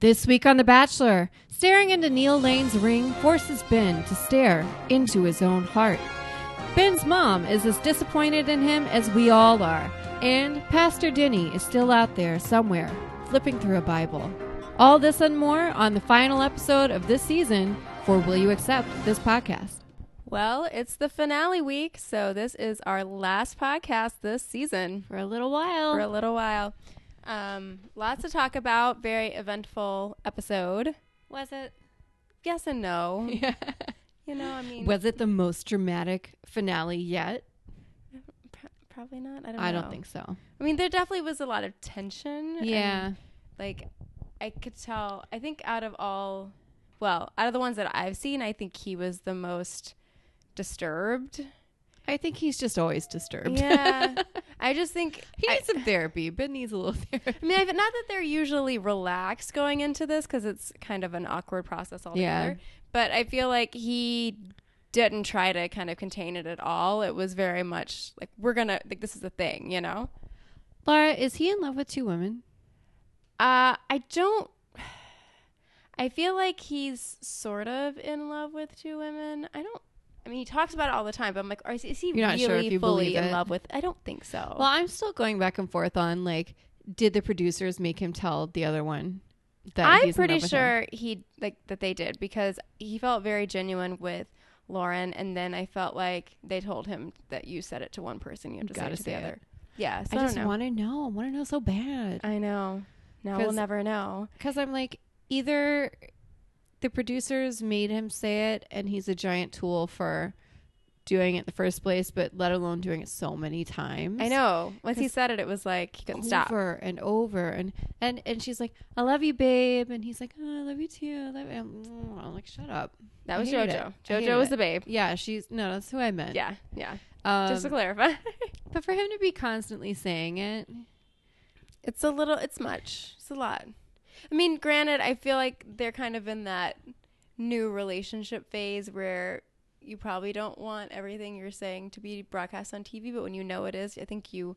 This week on The Bachelor, staring into Neil Lane's ring forces Ben to stare into his own heart. Ben's mom is as disappointed in him as we all are, and Pastor Denny is still out there somewhere, flipping through a Bible. All this and more on the final episode of this season for Will You Accept This Podcast? Well, it's the finale week, so this is our last podcast this season For a little while. for a little while. Um, lots to talk about. Very eventful episode. Was it? Yes and no. Yeah. You know, I mean, Was it the most dramatic finale yet? pro- probably not. I don't. I don't know. think so. I mean, there definitely was a lot of tension. and, Yeah. like, I could tell. I think out of all, well, out of the ones that I've seen, I think he was the most disturbed. I think he's just always disturbed. Yeah. I just think he I- needs some therapy. Ben needs a little therapy. I mean, I've, not that they're usually relaxed going into this because it's kind of an awkward process altogether. But I feel like he didn't try to kind of contain it at all. It was very much like we're gonna like this is a thing, you know. Laura, is he in love with two women? Uh, I don't. I feel like he's sort of in love with two women. I don't. I mean, he talks about it all the time, but I'm like, are, is he You're not really sure if you fully believe in it. love with? I don't think so. Well, I'm still going back and forth on like, did the producers make him tell the other one that I'm he's in love pretty with her? sure he like that they did because he felt very genuine with Lauren, and then I felt like they told him that you said it to one person, you have to say it Gotta to say the it. other. Yeah, so I I, just don't know. want to know. I want to know so bad I know. Now we'll 'Cause- never know. because I'm like, either the producers made him say it, and he's a giant tool for doing it in the first place, but let alone doing it so many times. I know. Once he 'Cause- said it, it was like he couldn't stop. over and over and and and she's like i love you babe and he's like oh, i love you too I love you. I'm, I'm like shut up That I was hated JoJo. it. I hated JoJo was it. the babe. yeah she's no that's who i meant Yeah, yeah. um, Just to clarify, but for him to be constantly saying it it's a little. It's much. It's a lot. I mean, granted, I feel like they're kind of in that new relationship phase where you probably don't want everything you're saying to be broadcast on TV, but when you know it is, I think you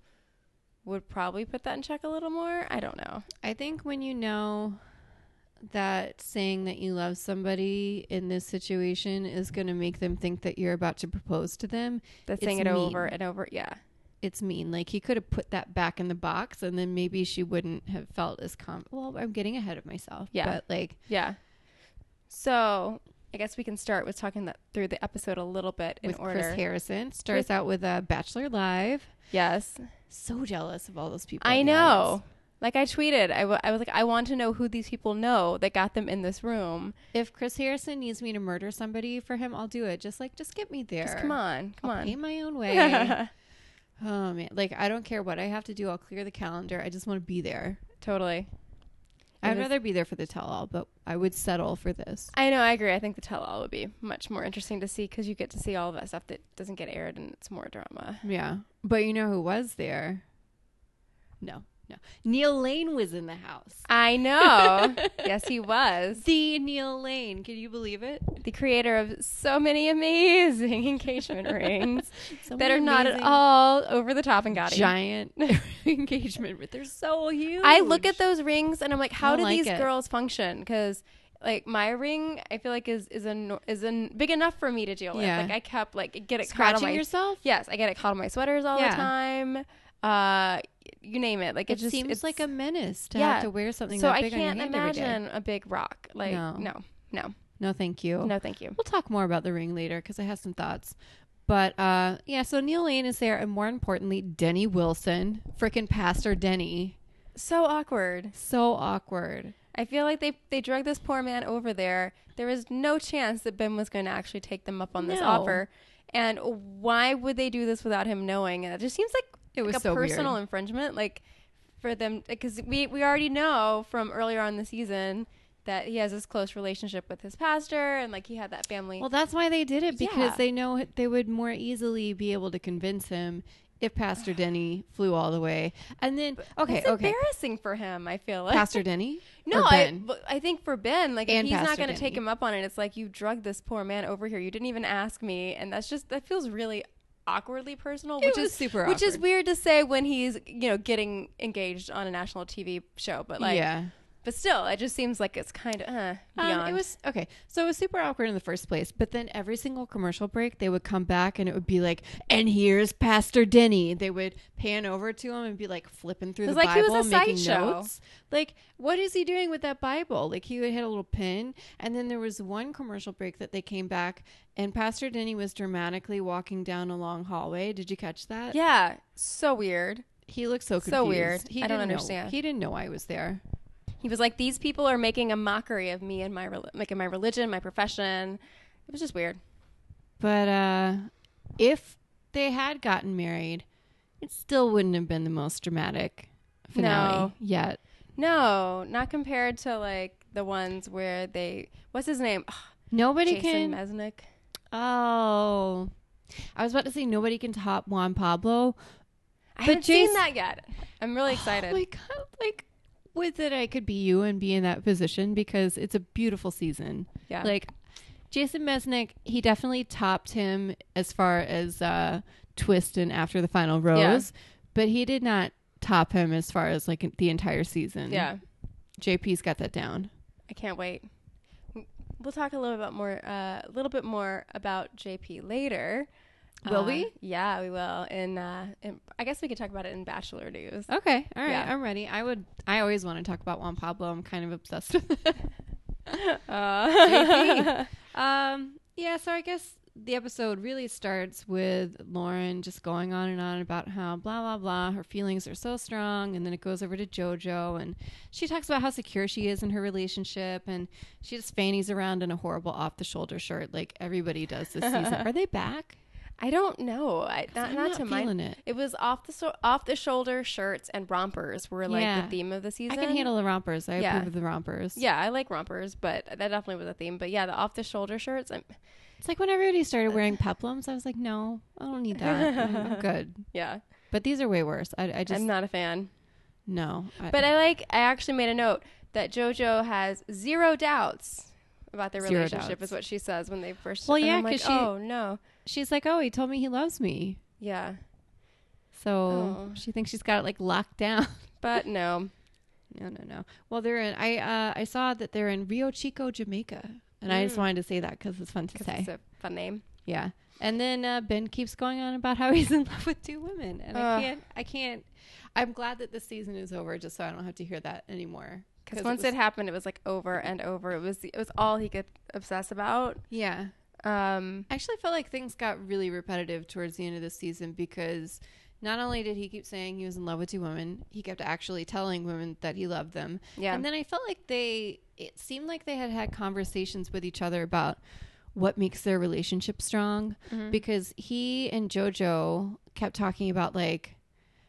would probably put that in check a little more. I don't know. i think when you know that saying that you love somebody in this situation is going to make them think that you're about to propose to them That's It's saying it over mean. and over. Yeah. it's mean like he could have put that back in the box and then maybe she wouldn't have felt as calm well i'm getting ahead of myself Yeah. but like Yeah. So I guess we can start with talking that through the episode a little bit in with order. Chris Harrison. Starts out with uh, Bachelor Live. Yes. So jealous of all those people. I in the know. audience. Like I tweeted, I, w- I was like, I want to know who these people know that got them in this room. If Chris Harrison needs me to murder somebody for him, I'll do it. Just like, just get me there. Just come on, come I'll Pay on. my own way. oh man, like I don't care what I have to do. I'll clear the calendar. I just want to be there. totally. It I'd is- rather be there for the tell-all, but I would settle for this. I know. I agree. I think the tell-all would be much more interesting to see because you get to see all of that stuff that doesn't get aired, and it's more drama. Yeah, but you know who was there? No, no. Neil Lane was in the house. I know. yes, he was The Neil Lane. Can you believe it? the creator of so many amazing engagement rings So that are not at amazing. all over the top and gaudy. giant engagement, but they're so huge. I look at those rings and I'm like, how don't do like these it. girls function? Because like my ring, I feel like is is a no- is a big enough for me to deal with. Yeah. Like I kept like get it caught on scratching my yourself. yes, I get it caught on my sweaters all Yeah. the time. Uh, you name it. Like it, It, just seems it's- like a menace to Yeah. have to wear something so that I big can't on your hand every day. imagine a big rock. Like No. Oh. no, no, no, No, thank you. thank you. We'll talk more about the ring later because I have some thoughts. But uh, yeah, so Neil Lane is there, and more importantly, Denny Wilson, freaking Pastor Denny. So awkward. So awkward. I feel like they they drug this poor man over there. There was no chance that Ben was going to actually take them up on this No. offer. And why would they do this without him knowing? It just seems like It was like a so personal weird. infringement, like for them because we we already know from earlier on the season that he has this close relationship with his pastor and like he had that family. Well, that's why they did it because Yeah. they know they would more easily be able to convince him if Pastor Denny flew all the way. And then, okay, it's okay, embarrassing for him. I feel like Pastor Denny. No, Or I, Ben? but I think for Ben, like if And he's Pastor not going to take Denny. him up on it. It's like you drugged this poor man over here. You didn't even ask me, and that's just that feels really awkwardly personal, which was is super which is awkward. weird to say when he's you know getting engaged on a national TV show. But like, yeah, But still, it just seems like it's kind of uh, beyond. Um, it was okay. So it was super awkward in the first place, but then every single commercial break, they would come back and it would be like, "And here's Pastor Denny." They would pan over to him and be like flipping through It the was like he was Bible, a making sideshow. notes. Like, what is he doing with that Bible? Like, he would hit a little pin, and then there was one commercial break that they came back, and Pastor Denny was dramatically walking down a long hallway. Did you catch that? yeah, so weird. He looked so confused. So weird. He I don't didn't know- understand. He didn't know I was there. He was like, "These people are making a mockery of me and my rel- like in my religion, my profession." It was just weird. But uh, if they had gotten married, it still wouldn't have been the most dramatic finale No. yet. No, not compared to like the ones where they what's his name? Ugh, Nobody Jason can. Mesnick. oh, I was about to say nobody can top Juan Pablo. I But haven't Jas- seen that yet. I'm really excited. Oh my god! Like, would that I could be you and be in that position because it's a beautiful season. yeah, Like, Jason Mesnick, he definitely topped him as far as uh, twist and after the final rose, but he did not top him as far as like the entire season. yeah. JP's got that down. I can't wait. W- We'll talk a little bit more, uh, a little bit more about JP later. Will Uh, we? Yeah, we will. And uh, in, I guess we could talk about it in Bachelor News. Okay, all right, Yeah. I'm ready. I would. I always want to talk about Juan Pablo. I'm kind of obsessed with it. Uh. JP. um, yeah. So I guess the episode really starts with Lauren just going on and on about how blah blah blah. Her feelings are so strong, and then it goes over to JoJo, and she talks about how secure she is in her relationship, and she just fannies around in a horrible off-the-shoulder shirt, like everybody does this season. Are they back? I don't know. I, not, I'm not, not to mind. feeling it. It. was off the so- off the shoulder shirts and rompers were like Yeah. the theme of the season. I can handle the rompers. I Yeah. approve of the rompers. Yeah, I like rompers, but that definitely was a theme. But yeah, the off the shoulder shirts. I'm, It's like when everybody Uh, started wearing peplums, I was like, no, I don't need that. I'm, I'm good. yeah, But these are way worse. I, I just I'm not a fan. no. I, But I like. I actually made a note that JoJo has zero doubts about their Zero relationship, doubts. is what she says when they first. Well, and yeah, I'm like, 'cause she- oh no, she's like, oh, he told me he loves me, yeah, so Oh. she thinks she's got it like locked down. but no, no, no, no. Well, they're in. I uh, I saw that they're in Rio Chico, Jamaica, and I just wanted to say that Mm. because it's fun to 'cause say. it's a fun name. yeah. And then uh, Ben keeps going on about how he's in love with two women, and I Ugh. can't. I can't. I'm glad that this season is over, just so I don't have to hear that anymore. Because once it, happened, it was like over and over. It was it was all he could obsess about. yeah. Um, I actually felt like things got really repetitive towards the end of the season because not only did he keep saying he was in love with two women, he kept actually telling women that he loved them. Yeah. And then I felt like they, it seemed like they had had conversations with each other about what makes their relationship strong because he and JoJo kept talking about like,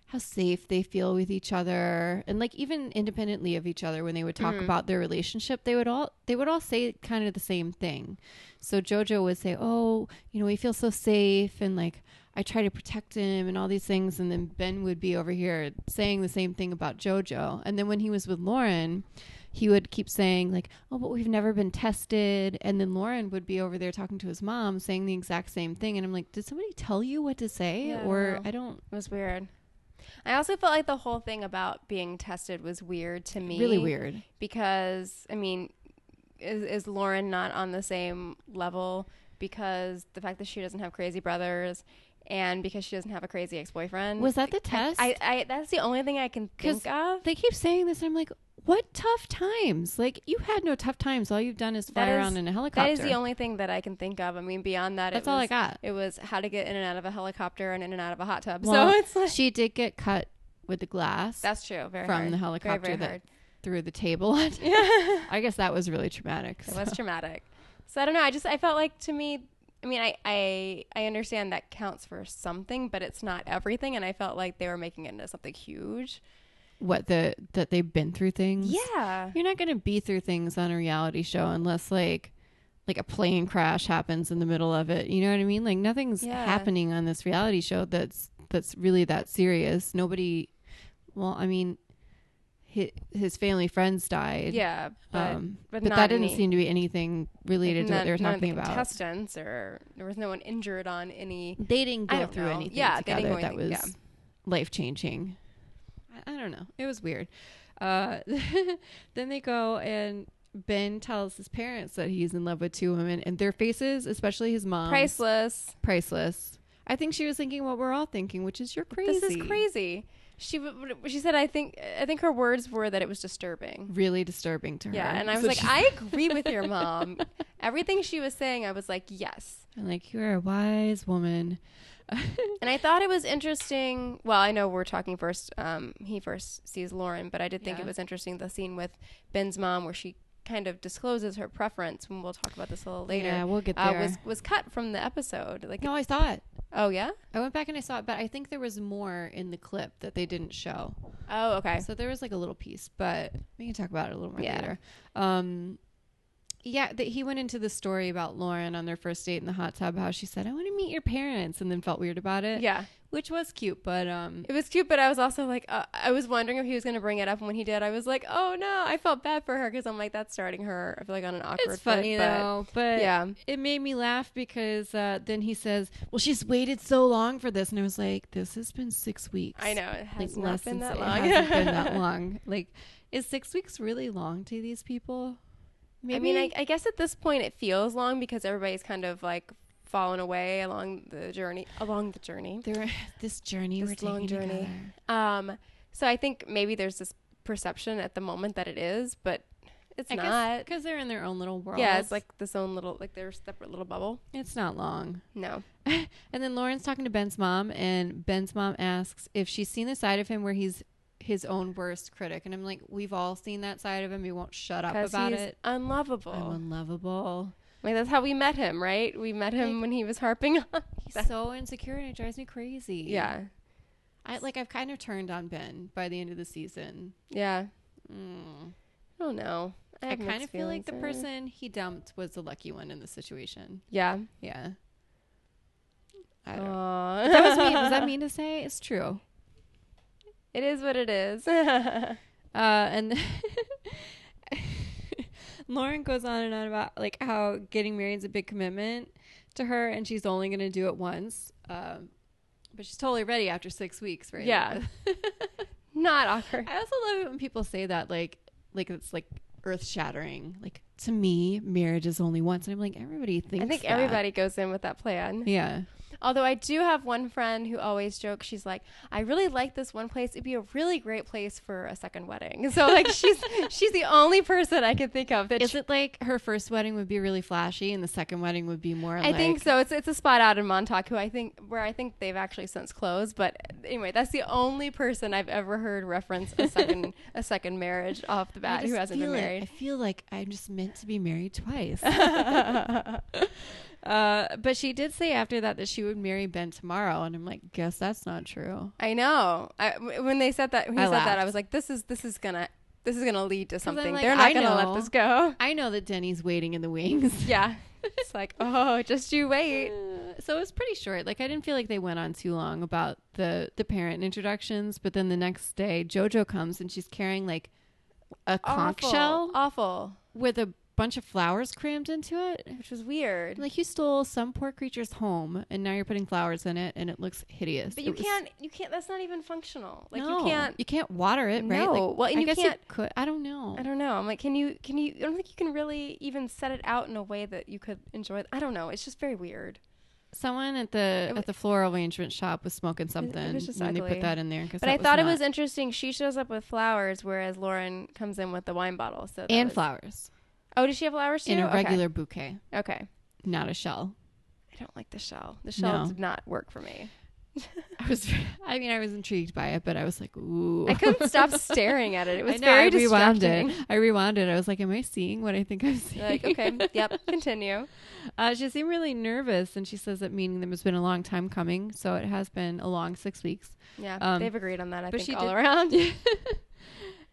how safe they feel with each other and like even independently of each other when they would talk Mm-hmm. about their relationship they would all they would all say kind of the same thing so jojo would say oh you know we feel so safe and like i try to protect him and all these things and then ben would be over here saying the same thing about jojo and then when he was with lauren he would keep saying like oh but we've never been tested and then lauren would be over there talking to his mom saying the exact same thing and i'm like did somebody tell you what to say Yeah, I or know. i don't it was weird. I also felt like the whole thing about being tested was weird to me. really weird because I mean, is, is Lauren not on the same level because the fact that she doesn't have crazy brothers and because she doesn't have a crazy ex boyfriend? Was that the test? I, I that's the only thing I can 'Cause think of. they keep saying this, and I'm like, what tough times? Like, you had no tough times. All you've done is fly That is- around in a helicopter. That is the only thing that I can think of. I mean, beyond that, That's it all I was- got. It was how to get in and out of a helicopter and in and out of a hot tub. Well, so it's like, she did get cut with the glass that's true. Very from hard. the Very, helicopter very that hard. through the table. I guess that was really traumatic. It so. was traumatic. So I don't know. I just I felt like to me. I mean, I, I I understand that counts for something, but it's not everything. And I felt like they were making it into something huge. What the that they've been through things. Yeah. You're not gonna be through things on a reality show unless like like a plane crash happens in the middle of it. You know what I mean? Like nothing's Yeah. happening on this reality show that's that's really that serious. Nobody well, I mean his, his family friends died. Yeah. But, um, but, but not that didn't any- seem to be anything related to none- what they were none of the talking about. Contestants or there was no one injured on any. They didn't I go don't through know. anything Yeah, they together didn't go that was anything- yeah. life changing. I, I don't know. It was weird. Uh, then they go and Ben tells his parents that he's in love with two women, and their faces, especially his mom, Priceless. priceless. I think she was thinking what we're all thinking, which is you're crazy. This is crazy. She w- w- she said I think I think her words were that it was disturbing. Really disturbing to her. Yeah, and I was So like, she- I agree with your mom. Everything she was saying, I was like, yes. I'm like, you're a wise woman. And I thought it was interesting. Well, I know we're talking first. Um, he first sees Lauren, but I did think Yeah. it was interesting the scene with Ben's mom where she kind of discloses her preference. And we'll talk about this a little later. Yeah, we'll get there. Uh, was was cut from the episode. Like, no, I saw it. oh yeah, I went back and I saw it, but I think there was more in the clip that they didn't show. oh okay. So there was like a little piece, but we can talk about it a little more Yeah. later. Um, yeah, that he went into the story about Lauren on their first date in the hot tub, how she said, "I want to meet your parents," and then felt weird about it. yeah, which was cute, but um, it was cute, but I was also like, uh, I was wondering if he was going to bring it up. And when he did, I was like, oh no, I felt bad for her because I'm like, that's starting her. I feel like on an awkward. it's funny foot, but- though. But yeah. it made me laugh because uh, then he says, "Well, she's waited so long for this," and I was like, "This has been six weeks." I know it like has not less been than that si- long. It hasn't been that long. Like, is six weeks really long to these people? Maybe. I mean, I, I guess at this point it feels long because everybody's kind of like fallen away along the journey. Along the journey. there, this journey This we're taking long journey. together. Um, so I think maybe there's this perception at the moment that it is, but it's not. because they're in their own little world. Yeah, it's like this own little, like their separate little bubble. it's not long. No. and then Lauren's talking to Ben's mom, and Ben's mom asks if she's seen the side of him where he's his own worst critic. And I'm like, we've all seen that side of him. We won't shut up Because about he's it. unlovable. I'm unlovable. Like that's how we met him, right? We met him Like- when he was harping on. He's that- so insecure, and it drives me crazy. yeah, I like. I've kind of turned on Ben by the end of the season. yeah. Mm. I don't know. I, I have kind mixed of feel like the feelings there. person he dumped was the lucky one in the situation. Yeah. Yeah. I don't. Aw. that was mean. Was that mean to say? It's true. It is what it is. yeah. Uh, and Lauren goes on and on about like how getting married is a big commitment to her, and she's only going to do it once. Um, but she's totally ready after six weeks, right? Not awkward. I also love it when people say that, like, like it's like earth shattering. Like to me, marriage is only once, and I'm like, everybody thinks. I think that. everybody goes in with that plan. Yeah. Although I do have one friend who always jokes, she's like, "I really like this one place. It'd be a really great place for a second wedding." So like she's she's the only person I could think of that Is it like her first wedding would be really flashy, and the second wedding would be more? I think so. It's it's a spot out in Montauk who I think where I think they've actually since closed. But anyway, that's the only person I've ever heard reference a second a second marriage off I the bat who just hasn't been feel it. married. I feel like I'm just meant to be married twice. I Uh, but she did say after that that she would marry Ben tomorrow, and I'm like, guess that's not true. know. I, w- when they said that, when he I said that, I laughed. was like, this is this is gonna this is gonna lead to I'm something. like, They're not I gonna know. let this go. I know that Denny's waiting in the wings. Yeah, it's like oh, just you wait. Uh, so it was pretty short. Like I didn't feel like they went on too long about the the parent introductions. But then the next day, JoJo comes and she's carrying like a conch Awful. shell awful, with a bunch of flowers crammed into it. which was weird. Like you stole some poor creature's home, and now you're putting flowers in it, and it looks hideous. but It you was- can't, you can't. That's not even functional. Like No. you can't. You can't water it, right? No. Well, and I you guess can't- could. I don't know. I don't know. I'm like, can you, can you, I don't think you can really even set it out in a way that you could enjoy. it. I don't know. It's just very weird. Someone at the It at the floral arrangement shop was smoking was something just when they ugly. put that in there. 'cause But that I thought it not- was interesting. She shows up with flowers, whereas Lauren comes in with the wine bottle. So that and was- flowers Oh, does she have flowers too? in a Okay. regular bouquet, Okay. not a shell. I don't like the shell. The shell No. did not work for me. I was, I mean, I was intrigued by it, but I was like, ooh. I couldn't stop staring at it. It I was know, very I rewound distracting. it. I rewound it. I was like, am I seeing what I think I'm seeing? Like, okay, yep, continue. Uh, she seemed really nervous, and she says that meeting them has been a long time coming. So it has been a long six weeks. Yeah, Um, they've agreed on that. I but think she all did- around.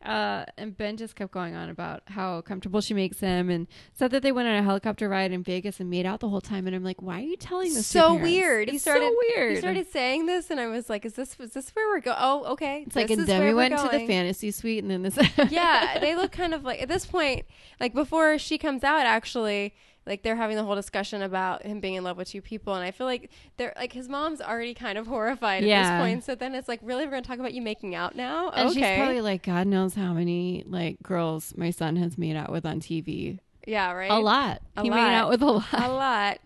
Uh, and Ben just kept going on about how comfortable she makes him, and said that they went on a helicopter ride in Vegas and made out the whole time. And I'm like, why are you telling this? to so parents? weird. It's he started. so weird. He started saying this, and I was like, "Is this? Is this where we're going? Oh, okay. It's like, this and is then where we we're went to the going. fantasy suite, and then this. yeah, they look kind of like at this point, like before she comes out. Actually, like they're having the whole discussion about him being in love with two people and i feel like they're like his mom's already kind of horrified Yeah. at this point so then it's like really we're gonna talk about you making out now And okay she's probably like, God knows how many like girls my son has made out with on TV. yeah right A lot. A he lot. made out with a lot. a lot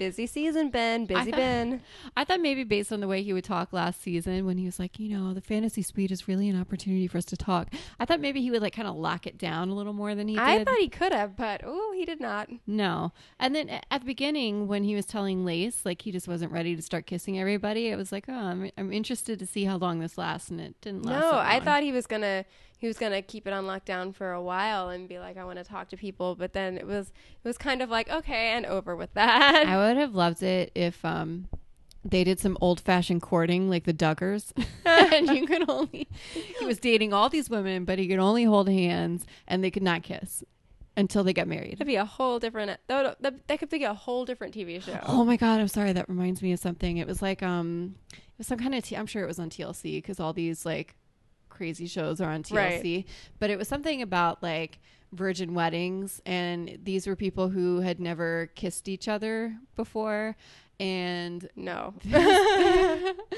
busy season ben busy thought- ben I thought maybe based on the way he would talk last season when he was like, you know, the fantasy suite is really an opportunity for us to talk. I thought maybe he would like kind of lock it down a little more than he did. i thought he could have but oh he did not no. And then a- at the beginning when he was telling Lace, like he just wasn't ready to start kissing everybody, it was like, oh, I'm, I'm interested to see how long this lasts. And it didn't last. No, that I long. thought he was gonna he was gonna keep it on lockdown for a while and be like, I want to talk to people. But then it was it was kind of like okay and over with that. I would have loved it if um they did some old fashioned courting like the Duggars. and you could only he was dating all these women, but he could only hold hands and they could not kiss until they got married. That'd be a whole different that, would, that, that could be a whole different TV show. Oh my god, I'm sorry that reminds me of something. It was like um it was some kind of t- I'm sure it was on TLC cuz all these like crazy shows are on TLC, but it was something about like virgin weddings and these were people who had never kissed each other before and No,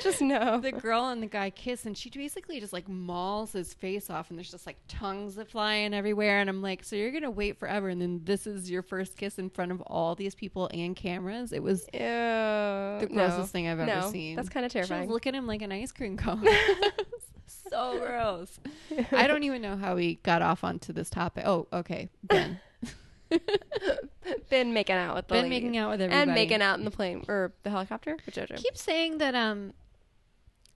just no. the girl and the guy kiss and she basically just like mauls his face off and there's just like tongues that flying everywhere and i'm like so you're gonna wait forever and then this is your first kiss in front of all these people and cameras it was Ew, the grossest thing I've ever no, seen. That's kind of she was terrifying. looking at him like an ice cream cone so gross i don't even know how we got off onto this topic oh okay ben Been making out with the ben ladies. making out with everybody and making out in the plane or the helicopter with JoJo. keep saying that um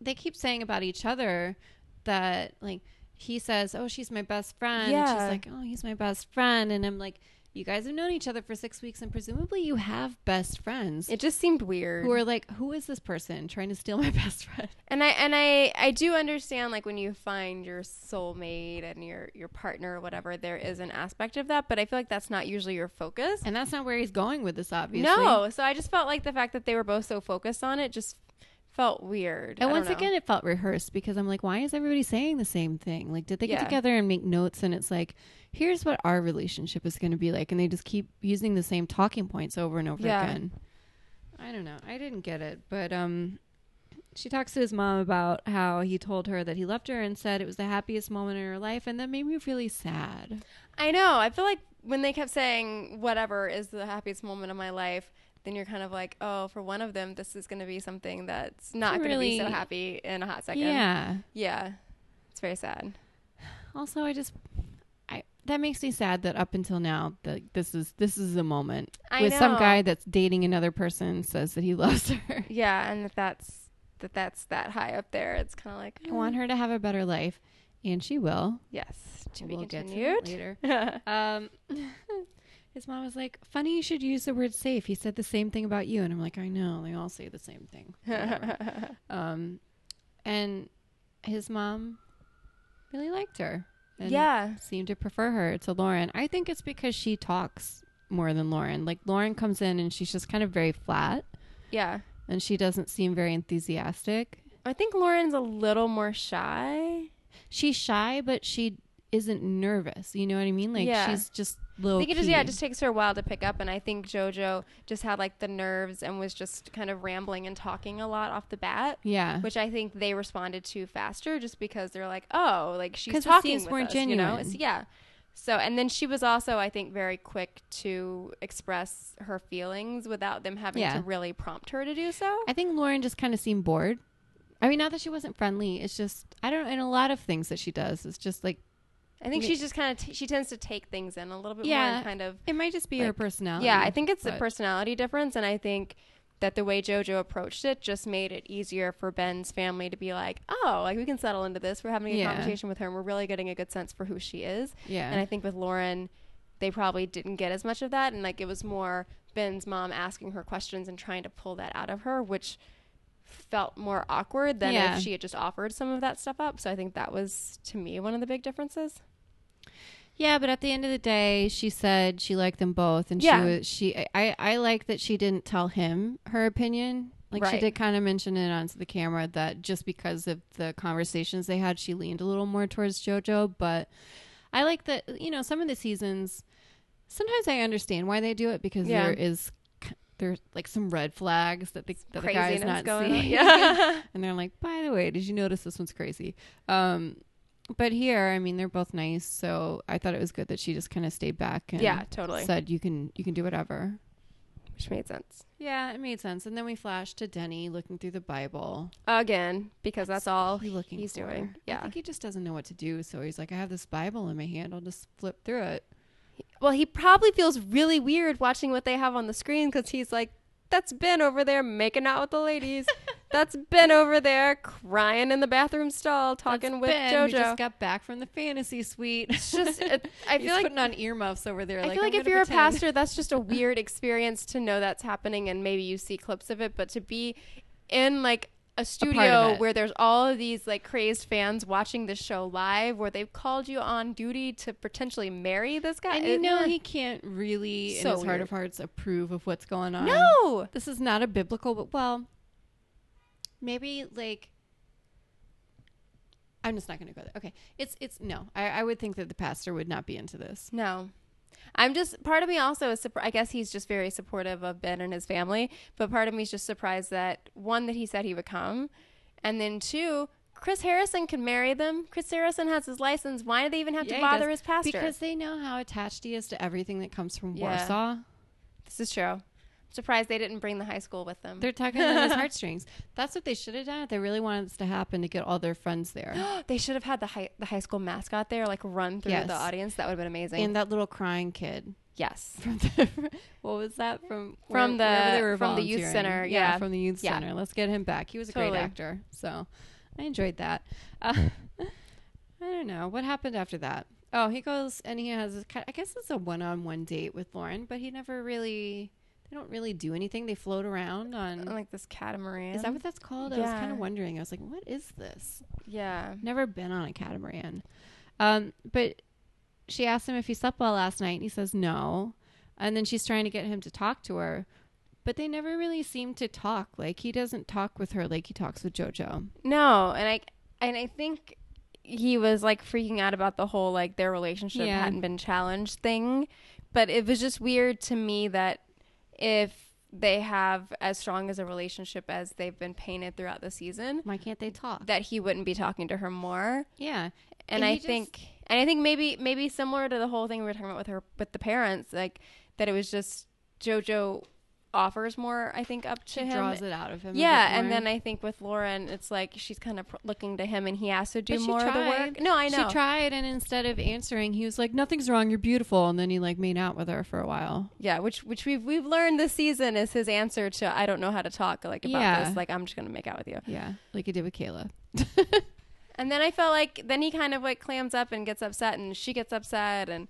they keep saying about each other that like he says oh she's my best friend she's Yeah. like oh he's my best friend and i'm like you guys have known each other for six weeks and presumably you have best friends it just seemed weird. who are like who is this person trying to steal my best friend And I and I I do understand like when you find your soulmate and your your partner or whatever, there is an aspect of that, but I feel like that's not usually your focus. and that's not where he's going with this obviously No, so I just felt like the fact that they were both so focused on it just felt weird. and I don't once know. again it felt rehearsed because i'm like why is everybody saying the same thing like did they get Yeah. together and make notes and it's like here's what our relationship is going to be like and they just keep using the same talking points over and over Yeah. again i don't know i didn't get it but um she talks to his mom about how he told her that he loved her and said it was the happiest moment in her life and that made me really sad I know. I feel like when they kept saying whatever is the happiest moment of my life, then you're kind of like, oh, for one of them, this is going to be something that's not going to Really- be so happy in a hot second. yeah yeah, it's very sad. also i just I, that makes me sad that up until now that this is this is the moment I with some know. guy that's dating another person says that he loves her. Yeah, and that that's that that's that high up there. It's kind of like "Mm, I want her to have a better life, and she will. yes to We'll be get to continued. that later. Um, his mom was like, "Funny you should use the word safe." He said the same thing about you, and I'm like, "I know. They all say the same thing." Whatever. um, and his mom really liked her. And yeah, seemed to prefer her to Lauren. I think it's because she talks more than Lauren. Like Lauren comes in and she's just kind of very flat. yeah. and she doesn't seem very enthusiastic. I think Lauren's a little more shy. She's shy, but she isn't nervous. You know what I mean? Like Yeah. she's just low. I think it just key. yeah, it just takes her a while to pick up, and I think JoJo just had like the nerves and was just kind of rambling and talking a lot off the bat. yeah. Which I think they responded to faster, just because they're like, "Oh, like 'Cause she's it talking seems with more us," you know? genuine. It's- yeah. So, and then she was also, I think, very quick to express her feelings without them having Yeah. to really prompt her to do so. I think Lauren just kind of seemed bored. I mean, not that she wasn't friendly. It's just I don't. And a lot of things that she does, it's just like I think Me- she's just kind of t- she tends to take things in a little bit more Yeah. and kind of it might just be her Like, personality. yeah. I think it's a but- personality difference, and I think that the way JoJo approached it just made it easier for Ben's family to be like, oh, like we can settle into this. We're having a Yeah. conversation with her, and we're really getting a good sense for who she is. Yeah. And I think with Lauren, they probably didn't get as much of that, and like it was more Ben's mom asking her questions and trying to pull that out of her, which felt more awkward than Yeah. if she had just offered some of that stuff up. So I think that was to me one of the big differences. Yeah, but at the end of the day, she said she liked them both, and Yeah. she was she. I I like that she didn't tell him her opinion. Like she Right. did kind of mention it onto the camera that just because of the conversations they had, she leaned a little more towards JoJo. But I like that you know some of the seasons Sometimes I understand why they do it because Yeah. there is k- there's like some red flags that the, that the guy is not Craziness going on. seeing. Yeah. and they're like, by the way, did you notice this one's crazy? Um, but here, I mean, they're both nice, so I thought it was good that she just kind of stayed back and yeah, totally. said, "You can you can do whatever." Which made sense. Yeah, it made sense. And then we flash to Denny looking through the Bible. Again, because that's, all He's looking. he's for. doing. I Yeah. think he just doesn't know what to do, so he's like, "I have this Bible in my hand. I'll just flip through it." Well, he probably feels really weird watching what they have on the screen because he's like, that's Ben over there making out with the ladies. that's Ben over there crying in the bathroom stall talking That's with ben. JoJo. We just got back from the fantasy suite. It's just- it- I he's feel like- putting on earmuffs over there. I feel like "I'm if gonna you're pretend." a pastor, that's just a weird experience to know that's happening and maybe you see clips of it, but to be in like a studio it. where there's all of these like crazed fans watching this show live where they've called you on duty to potentially marry this guy. and you it- uh, know he can't really, in So his heart weird. of hearts, approve of what's going on. No. this is not a biblical but well maybe like i'm just not gonna go there okay it's it's no i, I would think that the pastor would not be into this No. I'm just part of me also is surprised. I guess he's just very supportive of Ben and his family, but part of me is just surprised that one that he said he would come, and then two, Chris Harrison can marry them. Chris Harrison has his license. Why do they even have Yeah, to he bother does. his pastor? because they know how attached he is to everything that comes from Yeah. warsaw this is true. I'm surprised they didn't bring the high school with them. they're tugging on his heartstrings that's what they should have done if they really wanted this to happen to get all their friends there they should have had the high the high school mascot there, like run through Yes. the audience. That would have been amazing. and that little crying kid yes, from the what was that from From wherever the- they were from the youth volunteering. center, yeah. from the youth Yeah. center let's get him back he was a Totally. great actor so i enjoyed that uh, i don't know what happened after that oh he goes and he has this ki- i guess it's a one-on-one date with lauren but he never really they don't really do anything they float around on And, like this catamaran. Mm. is that what that's called i was Oh, Yeah. kind of wondering i was like what is this yeah. Never been on a catamaran. Um, but she asked him if he slept well last night, and he says no. And then she's trying to get him to talk to her, but they never really seem to talk. Like he doesn't talk with her like he talks with JoJo. No, and I and I think he was like freaking out about the whole like their relationship Yeah. hadn't been challenged thing, but it was just weird to me that if they have as strong as a relationship as they've been painted throughout the season, Why can't they talk? that he wouldn't be talking to her more. yeah, And, And I he just- think and I think maybe maybe similar to the whole thing we were talking about with her with the parents, like that it was just JoJo offers more, I think, up to she him draws it out of him. a yeah, bit and more. then I think with Lauren, it's like she's kind of pr- looking to him, and he has to do But she more of the work. tried. No, I know. she tried, and instead of answering, he was like, "Nothing's wrong. You're beautiful." And then he like made out with her for a while. yeah, which which we've we've learned this season is his answer to I don't know how to talk like about Yeah. this. Like I'm just gonna make out with you. Yeah, like he did with Kayla. And then I felt like then he kind of like clams up and gets upset, and she gets upset, and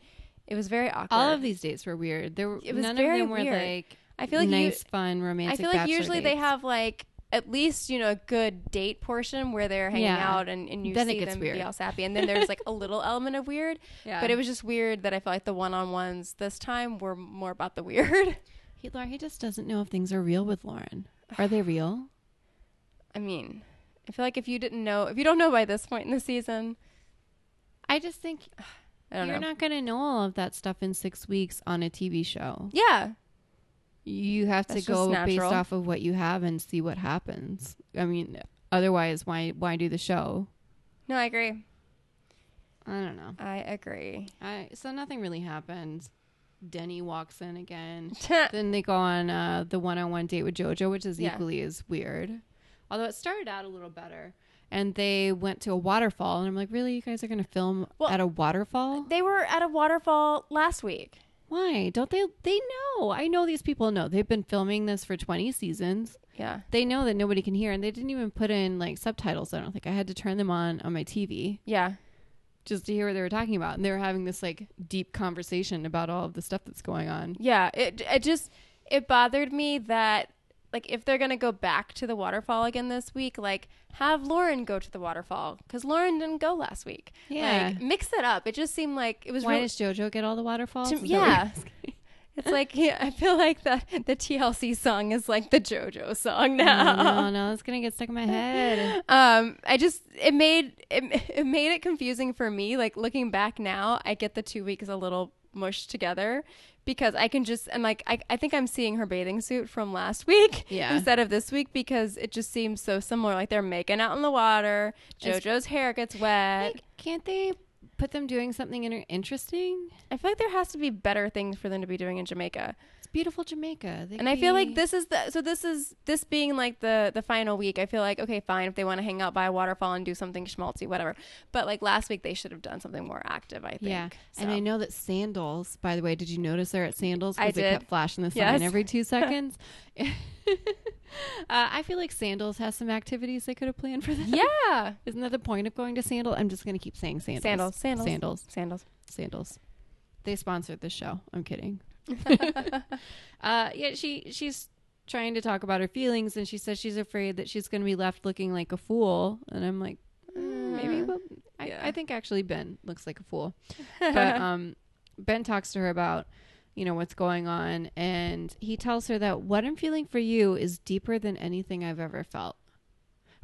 it was very awkward. All of these dates were weird. There were It was none very of them were weird. like I feel like you- nice, fun, I romantic. feel like bachelor usually they dates. have like at least you know a good date portion where they're hanging Yeah. out and, and you Then it see gets them weird. be all sappy and then there's like a little element of weird Yeah. but it was just weird that i felt like the one-on-ones this time were more about the weird He, Laura, he just doesn't know if things are real with Lauren. Are they real? i mean i feel like if you didn't know if you don't know by this point in the season I just think i you're don't know not going to know all of that stuff in six weeks on a TV show. yeah You have That's to just go based natural. off of what you have and see what happens. I mean, otherwise, why why do the show? no i agree I don't know. i agree I, so nothing really happens. Denny walks in again. then they go on uh, the one-on-one date with JoJo, which is Yeah. equally as weird. Although it started out a little better, and they went to a waterfall, and I'm like, really, you guys are going to film Well, at a waterfall? they were at a waterfall last week Why don't they? They know. I know these people know. They've been filming this for 20 seasons. yeah They know that nobody can hear, and they didn't even put in like subtitles. I don't think I had to turn them on on my TV yeah just to hear what they were talking about, and they were having this like deep conversation about all of the stuff that's going on. Yeah, it it just it bothered me that like if they're gonna go back to the waterfall again this week, like have Lauren go to the waterfall because Lauren didn't go last week. Yeah. like, mix it up. It just seemed like it was. Why real- does JoJo get all the waterfalls? to- Is that what you're yeah. It's like yeah, I feel like the the TLC song is like the JoJo song Mm-hmm. no, now. no, it's gonna get stuck in my head. um i just it made it, it made it confusing for me like looking back now i get the two weeks a little mushed together because I can just and like I, I think I'm seeing her bathing suit from last week Yeah. instead of this week because it just seems so similar. Like they're making out in the water. It's- JoJo's hair gets wet. Like, can't they put them doing something inter- interesting? I feel like there has to be better things for them to be doing in Jamaica. It's beautiful Jamaica. They And I feel could like be- this is the so this is this being like the the final week. I feel like okay, fine if they want to hang out by a waterfall and do something schmaltzy, whatever. But like last week, they should have done something more active. I think. Yeah, and So. I know that sandals. By the way, did you notice they're at sandals? I Because they kept did. flashing the sign Yes. every two seconds. uh, I feel like sandals has some activities they could have planned for them. Yeah. Isn't that the point of going to Sandal? I'm just going to keep saying Sandals. Sandals. Sandals. Sandals. Sandals. Sandals. They sponsored the show. I'm kidding. uh, yeah, she she's trying to talk about her feelings, and she says she's afraid that she's going to be left looking like a fool. And I'm like, mm, maybe. Mm, Well, I, yeah. I think actually Ben looks like a fool. But um, Ben talks to her about you know what's going on, and he tells her that what I'm feeling for you is deeper than anything I've ever felt.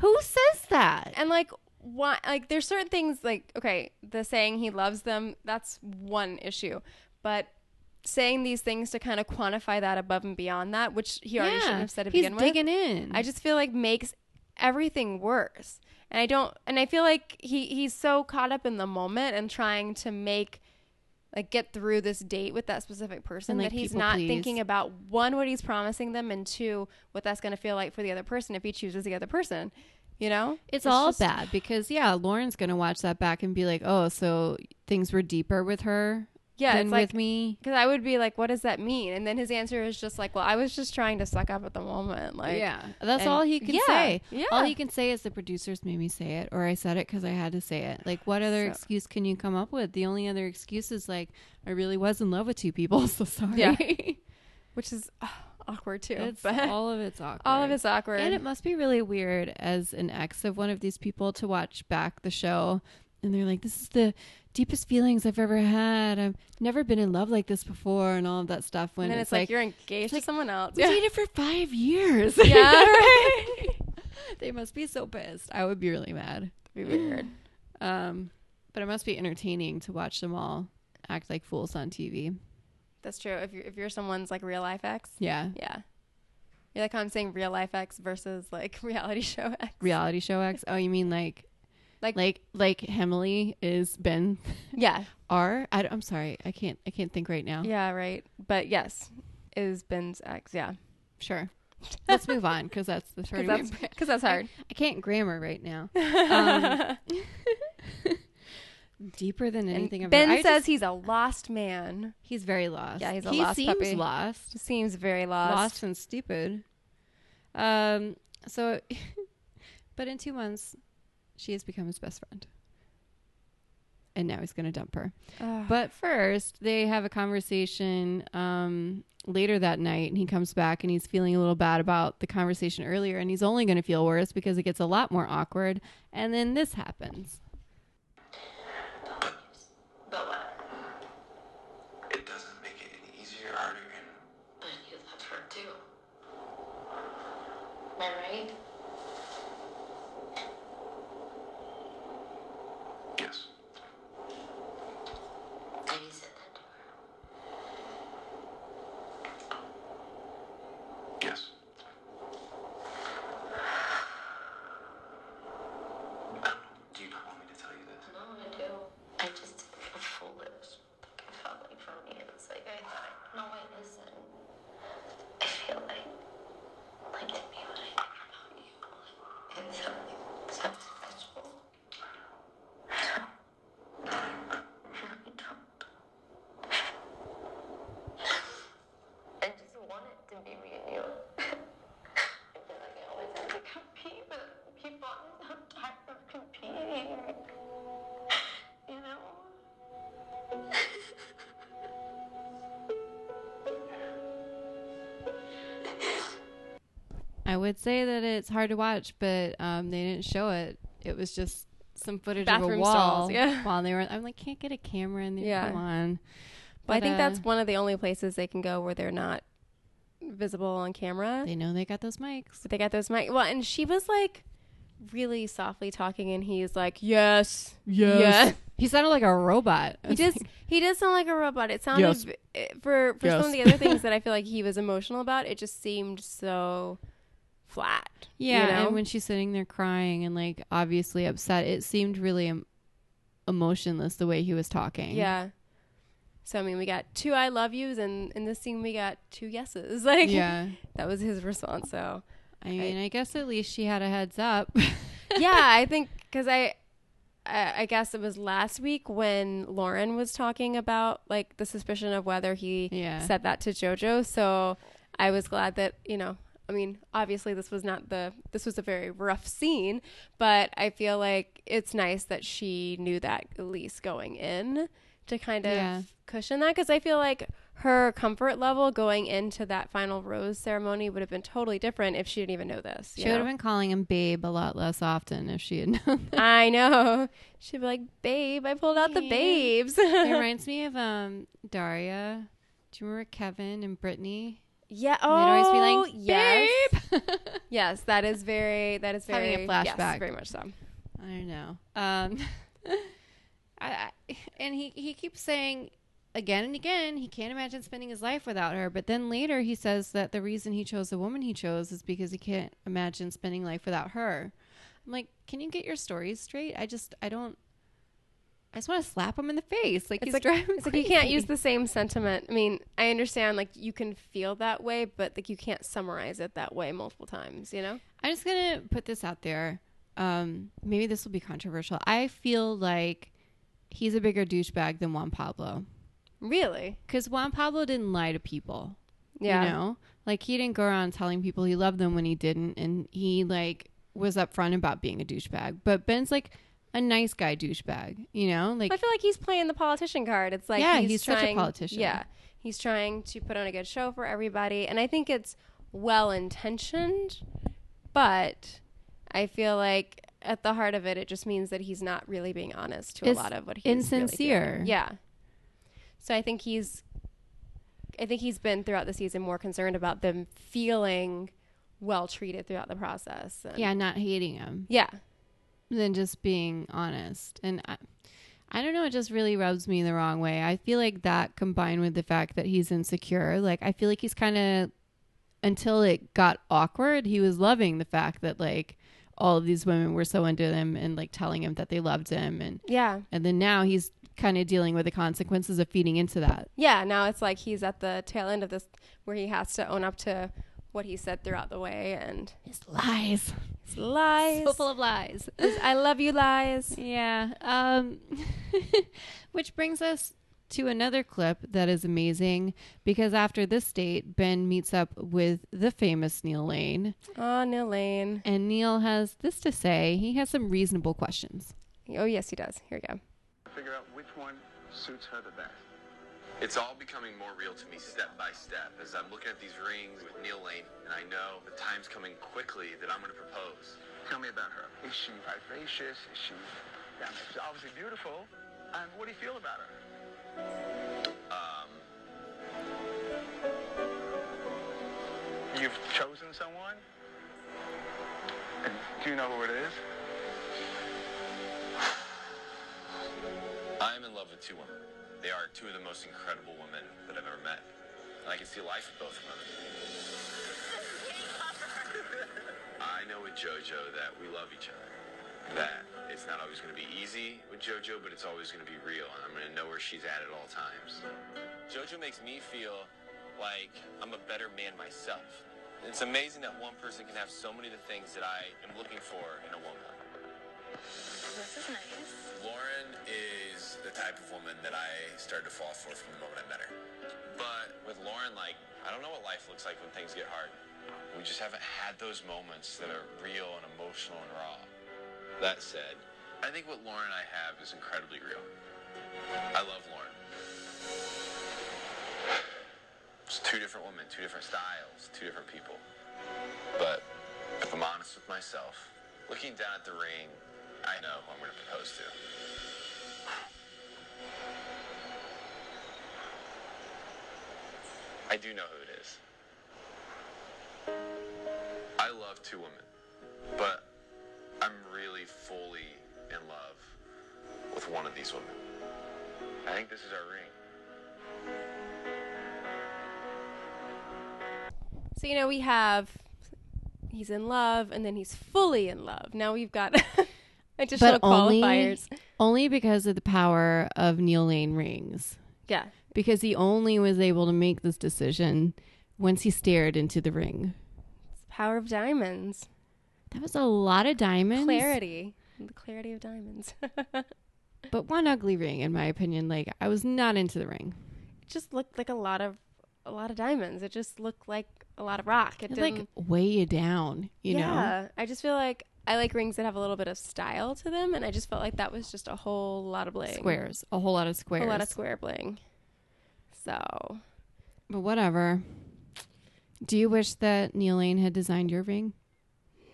Who says that? And like why like there's certain things like okay, the saying he loves them, that's one issue. But saying these things to kind of quantify that above and beyond that, which he already shouldn't have said to he's begin with. digging in. I just feel like makes everything worse. And I don't and I feel like he he's so caught up in the moment and trying to make like get through this date with that specific person And, like, that he's people not please. thinking about one what he's promising them and two what that's going to feel like for the other person if he chooses the other person. You know? It's, all just- bad because yeah, Lauren's gonna watch that back and be like, "Oh, so things were deeper with her Yeah, than it's like with me." Because I would be like, what does that mean? And then his answer is just like, well, I was just trying to suck up at the moment. Like, yeah, that's and- all he can Yeah, say. yeah. All he can say is the producers made me say it, or I said it because I had to say it. Like, what other So- excuse can you come up with? The only other excuse is like, I really was in love with two people, so sorry. Yeah. which is ugh, awkward too. it's but all, all of it's awkward. of it's awkward. And it must be really weird as an ex of one of these people to watch back the show and they're like, this is the deepest feelings I've ever had. I've never been in love like this before and all of that stuff. When and then it's, it's, like, you're you're engaged like, to someone else. we dated for five years. yeah, right. they must be so pissed. I would be really mad. be weird. Um, but it must be entertaining to watch them all act like fools on TV. That's true. If you're if you're someone's like real life ex, Yeah. yeah, you're like how I'm saying real life ex versus like reality show ex. Reality show ex. Oh, you mean like, Like- like, like Hemily is Ben Yeah, R. I, am sorry, I can't, I can't think right now. yeah, right. But yes, is Ben's ex. Yeah, Sure. Let's move on because that's the turning. that's- my brain- because that's hard. I can't grammar right now. Um, deeper than And anything. I've ben ever- I says just- he's a lost man. he's very lost. Yeah, he's a he lost seems puppy. lost, Seems very lost, lost. and stupid. Um. So, but in two months, she has become his best friend, and now he's going to dump her. Ugh. But first, they have a conversation um, later that night, and he comes back and he's feeling a little bad about the conversation earlier, and he's only going to feel worse because it gets a lot more awkward. And then this happens. But what? It doesn't make it any easier, harder, and But you love her too. Am I right? yes. And he said that to her. Yes. I don't know. Do you not want me to tell you this? No, I do. I just didn't feel foolish. Like I felt like for me, it was like I thought, no, I listen. I feel like, like to me, what I think about you is something so special. No, I don't. I just want it to be me and you. I feel like I always have to compete with people. I'm so tired of competing. You know? I would say that it's hard to watch, but um, they didn't show it. It was just some footage of a Bathroom wall stalls, yeah. while they were. I'm like, can't get a camera in there. Yeah. Come on. But I But, think uh, that's one of the only places they can go where they're not visible on camera. They know they got those mics. But they got those mic. Well, and she was like really softly talking, and he's like, "Yes, Yes. He sounded like a robot. He does. He does sound like a robot. It sounded Yes. v- eh, for for some of Yes. the other things that I feel like he was emotional about. It just seemed so flat. you Yeah, know? and when she's sitting there crying and like obviously upset, it seemed really em- emotionless the way he was talking. yeah. So I mean, we got two "I love yous," and in this scene, we got two yeses. Like, yeah. that was his response. So I mean, I guess at least she had a heads up. yeah, I think because I, I, I guess it was last week when Lauren was talking about like the suspicion of whether he Yeah. said that to JoJo. So I was glad that you know. I mean, obviously, this was not the. This was a very rough scene, but I feel like it's nice that she knew that at least going in to kind of Yeah. cushion that because I feel like her comfort level going into that final rose ceremony would have been totally different if she didn't even know this. she you know? would have been calling him babe a lot less often if she had known that. I know. She'd be like, "Babe, I pulled out the Yeah. babes." it reminds me of um Daria. Do you remember Kevin and Brittany? yeah. And Oh, they'd always be like, yes. "Babe." Yes, that is very. That is Having a very. Yes, flashback. very much so. I don't know. Um, I, I and he he keeps saying again and again he can't imagine spending his life without her. But then later he says that the reason he chose the woman he chose is because he can't imagine spending life without her. I'm like, can you get your stories straight? I just I don't. I just want to slap him in the face. Like It's he's like, driving. it's like you can't crazy. use the same sentiment. I mean, I understand like you can feel that way, but like you can't summarize it that way multiple times. You know? I'm just gonna put this out there. Um, maybe this will be controversial. I feel like he's a bigger douchebag than Juan Pablo. Really? Because Juan Pablo didn't lie to people. Yeah. You know? Like, he didn't go around telling people he loved them when he didn't. And he, like, was upfront about being a douchebag. But Ben's, like, a nice guy douchebag. You know? Like, I feel like he's playing the politician card. It's like Yeah, he's, he's such trying, a politician. Yeah, he's trying to put on a good show for everybody, and I think it's well intentioned, but I feel like at the heart of it, it just means that he's not really being honest to It's a lot of what he's really insincere. feeling. yeah, so I think he's, I think he's been throughout the season more concerned about them feeling well treated throughout the process. and- yeah, not hating him yeah, than just being honest. And I, I don't know. It just really rubs me the wrong way. I feel like that combined with the fact that he's insecure, like, I feel like he's kind of, until it got awkward, he was loving the fact that, like, all of these women were so into him and like telling him that they loved him and yeah. And then now he's kind of dealing with the consequences of feeding into that. Yeah, now it's like he's at the tail end of this where he has to own up to what he said throughout the way and It's lies. his lies. So full of lies. His I love you lies. yeah. Um, which brings us to another clip that is amazing because after this date, Ben meets up with the famous Neil Lane. Oh, Neil Lane. And Neil has this to say he has some reasonable questions. Oh, yes, he does. Here we go. figure out which one suits her the best. It's all becoming more real to me step by step as I'm looking at these rings with Neil Lane, and I know the time's coming quickly that I'm going to propose. Tell me about her. Is she vivacious? Is she, I mean, she's obviously beautiful. And what do you feel about her? Um, you've chosen someone? And do you know who it is? I'm in love with two women. They are two of the most incredible women that I've ever met. And I can see life with both of them. I know with JoJo that we love each other. That it's not always going to be easy with JoJo, but it's always going to be real, and I'm going to know where she's at at all times. JoJo makes me feel like I'm a better man myself. It's amazing that one person can have so many of the things that I am looking for in a woman. This is nice. Lauren is the type of woman that I started to fall for from the moment I met her. But with Lauren, like, I don't know what life looks like when things get hard. We just haven't had those moments that are real and emotional and raw. That said, I think what Lauren and I have is incredibly real. I love Lauren. It's two different women, two different styles, two different people. But if I'm honest with myself, looking down at the ring, I know who I'm going to propose to. I do know who it is. I love two women, but I'm really fully in love with one of these women. I think this is our ring. So you know we have he's in love and then he's fully in love. Now we've got additional qualifiers. only because of the power of Neil Lane rings. Yeah. Because he only was able to make this decision once he stared into the ring. Power of diamonds. That was a lot of diamonds, Clarity. The clarity of diamonds. but one ugly ring, in my opinion. Like I was not into the ring. it just looked like a lot of a lot of diamonds. It just looked like a lot of rock. It It didn't, like weigh you down, you know. yeah. I just feel like I like rings that have a little bit of style to them, and I just felt like that was just a whole lot of bling. Squares, a whole lot of squares. A lot of square bling. So But whatever. Do you wish that Neil Lane had designed your ring?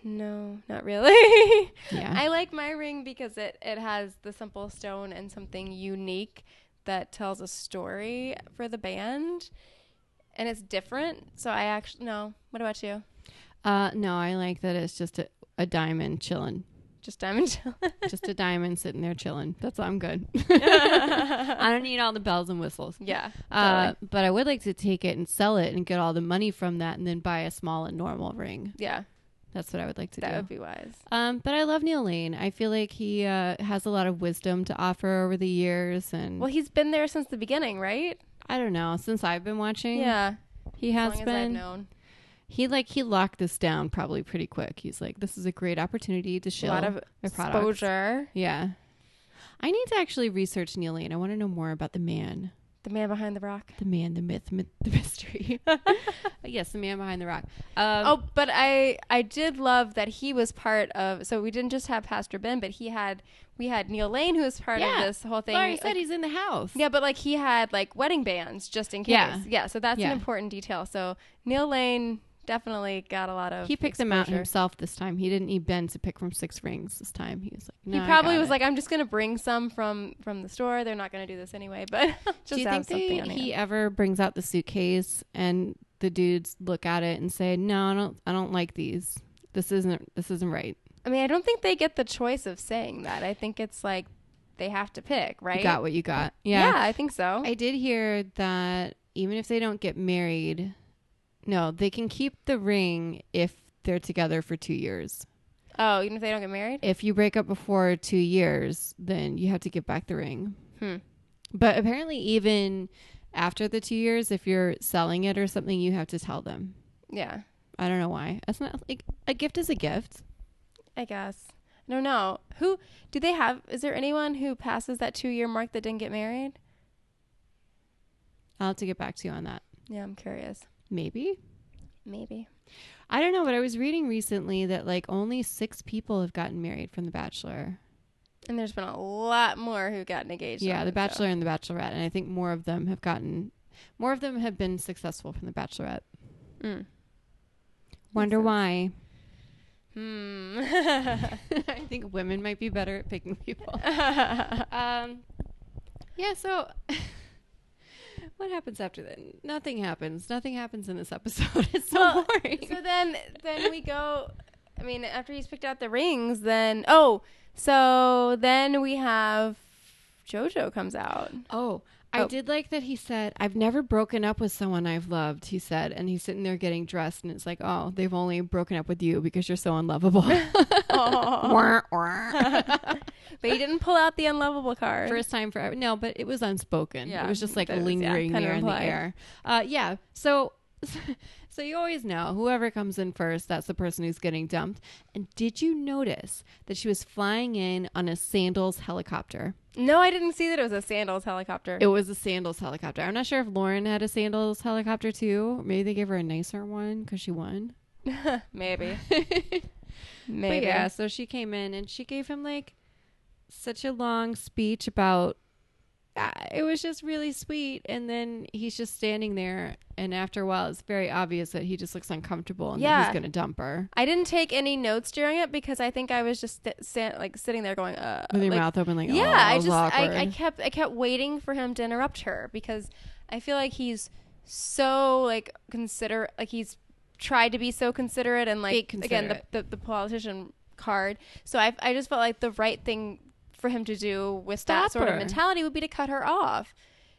no, not really. Yeah. I like my ring because it it has the simple stone and something unique that tells a story for the band, and it's different. So I actually no. What about you? Uh, no, I like that it's just a, a diamond chilling. Just diamond. Just a diamond sitting there chilling. That's I'm good. I don't need all the bells and whistles. yeah. Uh, totally. but I would like to take it and sell it and get all the money from that and then buy a small and normal ring. yeah. That's what I would like to That do. would be wise. um, but I love Neil Lane. I feel like he uh, has a lot of wisdom to offer over the years, and Well, he's been there since the beginning, right? I don't know since I've been watching. Yeah. he As has long as been. I've known. He like he locked this down probably pretty quick. He's like, this is a great opportunity to A show lot of their products. exposure. Yeah. I need to actually research Neil Lane. I want to know more about the man, The man behind the rock. the man, the myth, myth the mystery. yes, the man behind the rock. Um, Oh, but I I did love that he was part of. So we didn't just have Pastor Ben, but he had we had Neil Lane who was part Yeah. of this whole thing. Laurie Like- said he's in the house. yeah, but like he had like wedding bands just in case. Yeah. Yeah, so that's Yeah. an important detail. So Neil Lane definitely got a lot of. He picked them out exposure. himself this time. He didn't need Ben to pick from six rings this time. He was like, He "No, I probably got was it." like, "I'm just gonna bring some from from the store. They're not gonna do this anyway, but just Do you think have something they, on hand." he ever brings out the suitcase and the dudes look at it and say, "No, I don't. I don't like these. This isn't. This isn't right. I mean, I don't think they get the choice of saying that. I think it's like they have to pick, right? You got what you got." yeah. I think so. I did hear that even if they don't get married, no, they can keep the ring if they're together for two years. oh, even if they don't get married? If you break up before two years, then you have to give back the ring. Hmm. But apparently, even after the two years, if you're selling it or something, you have to tell them. Yeah, I don't know why. That's not like a gift is a gift. I guess. I don't know. Who do they have? Is there anyone who passes that two year mark that didn't get married? I'll have to get back to you on that. Yeah, I'm curious. Maybe. Maybe. I don't know, but I was reading recently that like only six people have gotten married from The Bachelor. And there's been a lot more who got engaged. yeah on the show. bachelor and the bachelorette and i think more of them have gotten more of them have been successful from the bachelorette Mm. wonder sense. why Hmm. i think women might be better at picking people um yeah so what happens after that nothing happens nothing happens in this episode it's so Well, boring so then then we go i mean after he's picked out the rings then oh so then we have jojo comes out oh I Oh. did like that he said, I've never broken up with someone I've loved, he said. And he's sitting there getting dressed, and it's like, oh, they've only broken up with you because you're so unlovable. Wah, wah. but he didn't pull out the unlovable card First time for no, but it was unspoken. Yeah, it was just like that was- lingering yeah, kinda there in the implied. air. Uh, yeah. So, so you always know whoever comes in first, that's the person who's getting dumped. And did you notice that she was flying in on a sandals helicopter? no i didn't see that it was a sandals helicopter It was a sandals helicopter. I'm not sure if Lauren had a sandals helicopter too. Maybe they gave her a nicer one because she won. maybe But maybe yeah, so she came in and she gave him like such a long speech about uh, it was just really sweet and then he's just standing there and after a while it's very obvious that he just looks uncomfortable and that Yeah. he's going to dump her I didn't take any notes during it because I think I was just st- stand, like sitting there going, uh, with your like, mouth open like yeah i just "Oh, awkward. I, I kept i kept waiting for him to interrupt her because i feel like he's so like consider like he's tried to be so considerate and like Be again the, considerate. the, the politician card. So I, I just felt like the right thing for him to do with that Stop sort of her. mentality would be to cut her off.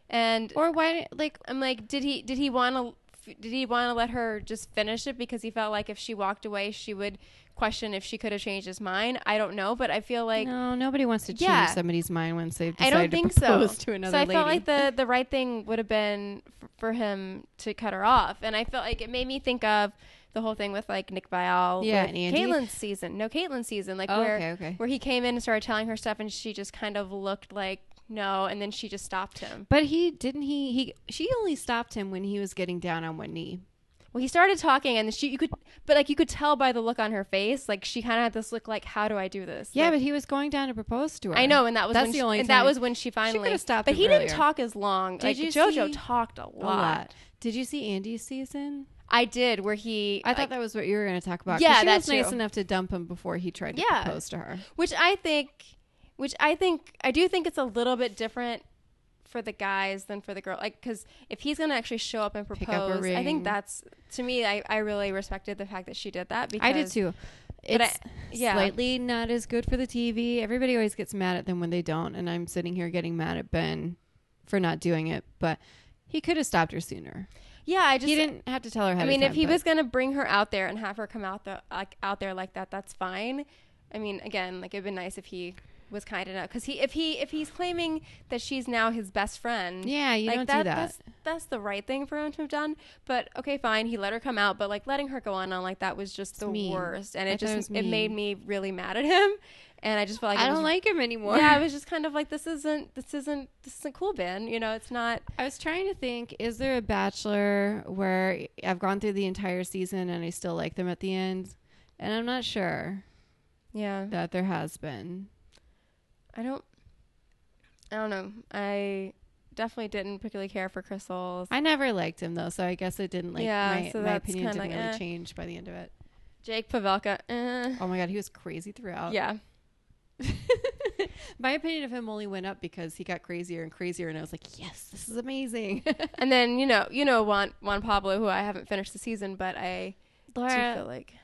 And Or why, like, I'm like, did he did he want to did he want to let her just finish it because he felt like if she walked away, she would question if she could have changed his mind. I don't know, but I feel like no, nobody wants to change Yeah. somebody's mind once they've I decided don't think to so. propose to another so I lady. felt like the the right thing would have been f- for him to cut her off, and I felt like it made me think of the whole thing with like Nick Vial, Yeah, with and Andy. Caitlin's season, no Caitlyn's season, like Oh, where okay, okay. where he came in and started telling her stuff, and she just kind of looked like no, and then she just stopped him. but he didn't he he she only stopped him when he was getting down on one knee. Well, he started talking, and she you could, but like you could tell by the look on her face, like she kind of had this look like, how do I do this? Yeah, Like, but he was going down to propose to her. I know, and that was That's when the she, only and that time. was when she finally could've stopped But him he earlier. didn't talk as long. Did like you JoJo see- talked a a lot. lot. Did you see Andy's season? I did, where he I thought like- that was what you were going to talk about. 'cause Yeah, she that was nice too. enough to dump him before he tried to Yeah. propose to her. which I think, which I think, I do think it's a little bit different for the guys than for the girl. Like, because if he's gonna actually show up and Pick up a propose, I ring. think that's to me. I, I really respected the fact that she did that because I did too. But I- It's yeah. slightly not as good for the TV. Everybody always gets mad at them when they don't, and I'm sitting here getting mad at Ben for not doing it. But he could have stopped her sooner. Yeah, I just He didn't have to tell her. Ahead I of mean, time, if he but- was gonna bring her out there and have her come out the like out there like that, that's fine. I mean, again, like it'd been nice if he was kind enough because he if he if he's claiming that she's now his best friend, Yeah, you like don't do that. That's, that's the right thing for him to have done. But okay, fine, he let her come out, but like letting her go on and on like that was just the mean. worst, and I it thought it just was it made me really mad at him, and I just felt like I it don't was- like him anymore. Yeah, I was just kind of like this isn't this isn't this isn't cool, Ben. You know, it's not. I was trying to think, is there a bachelor where I've gone through the entire season and I still like them at the end? And I'm not sure Yeah, that there has been. I don't. I don't know. I definitely didn't particularly care for crystals. I never liked him though, so I guess it didn't like Yeah, my, so my that's opinion kinda didn't like, really eh. change by the end of it. Jake Pavelka. Eh. Oh my god, he was crazy throughout. Yeah. my opinion of him only went up because he got crazier and crazier and I was like, Yes, this is amazing. And then you know, you know Juan Juan Pablo, who I haven't finished the season, but I do feel like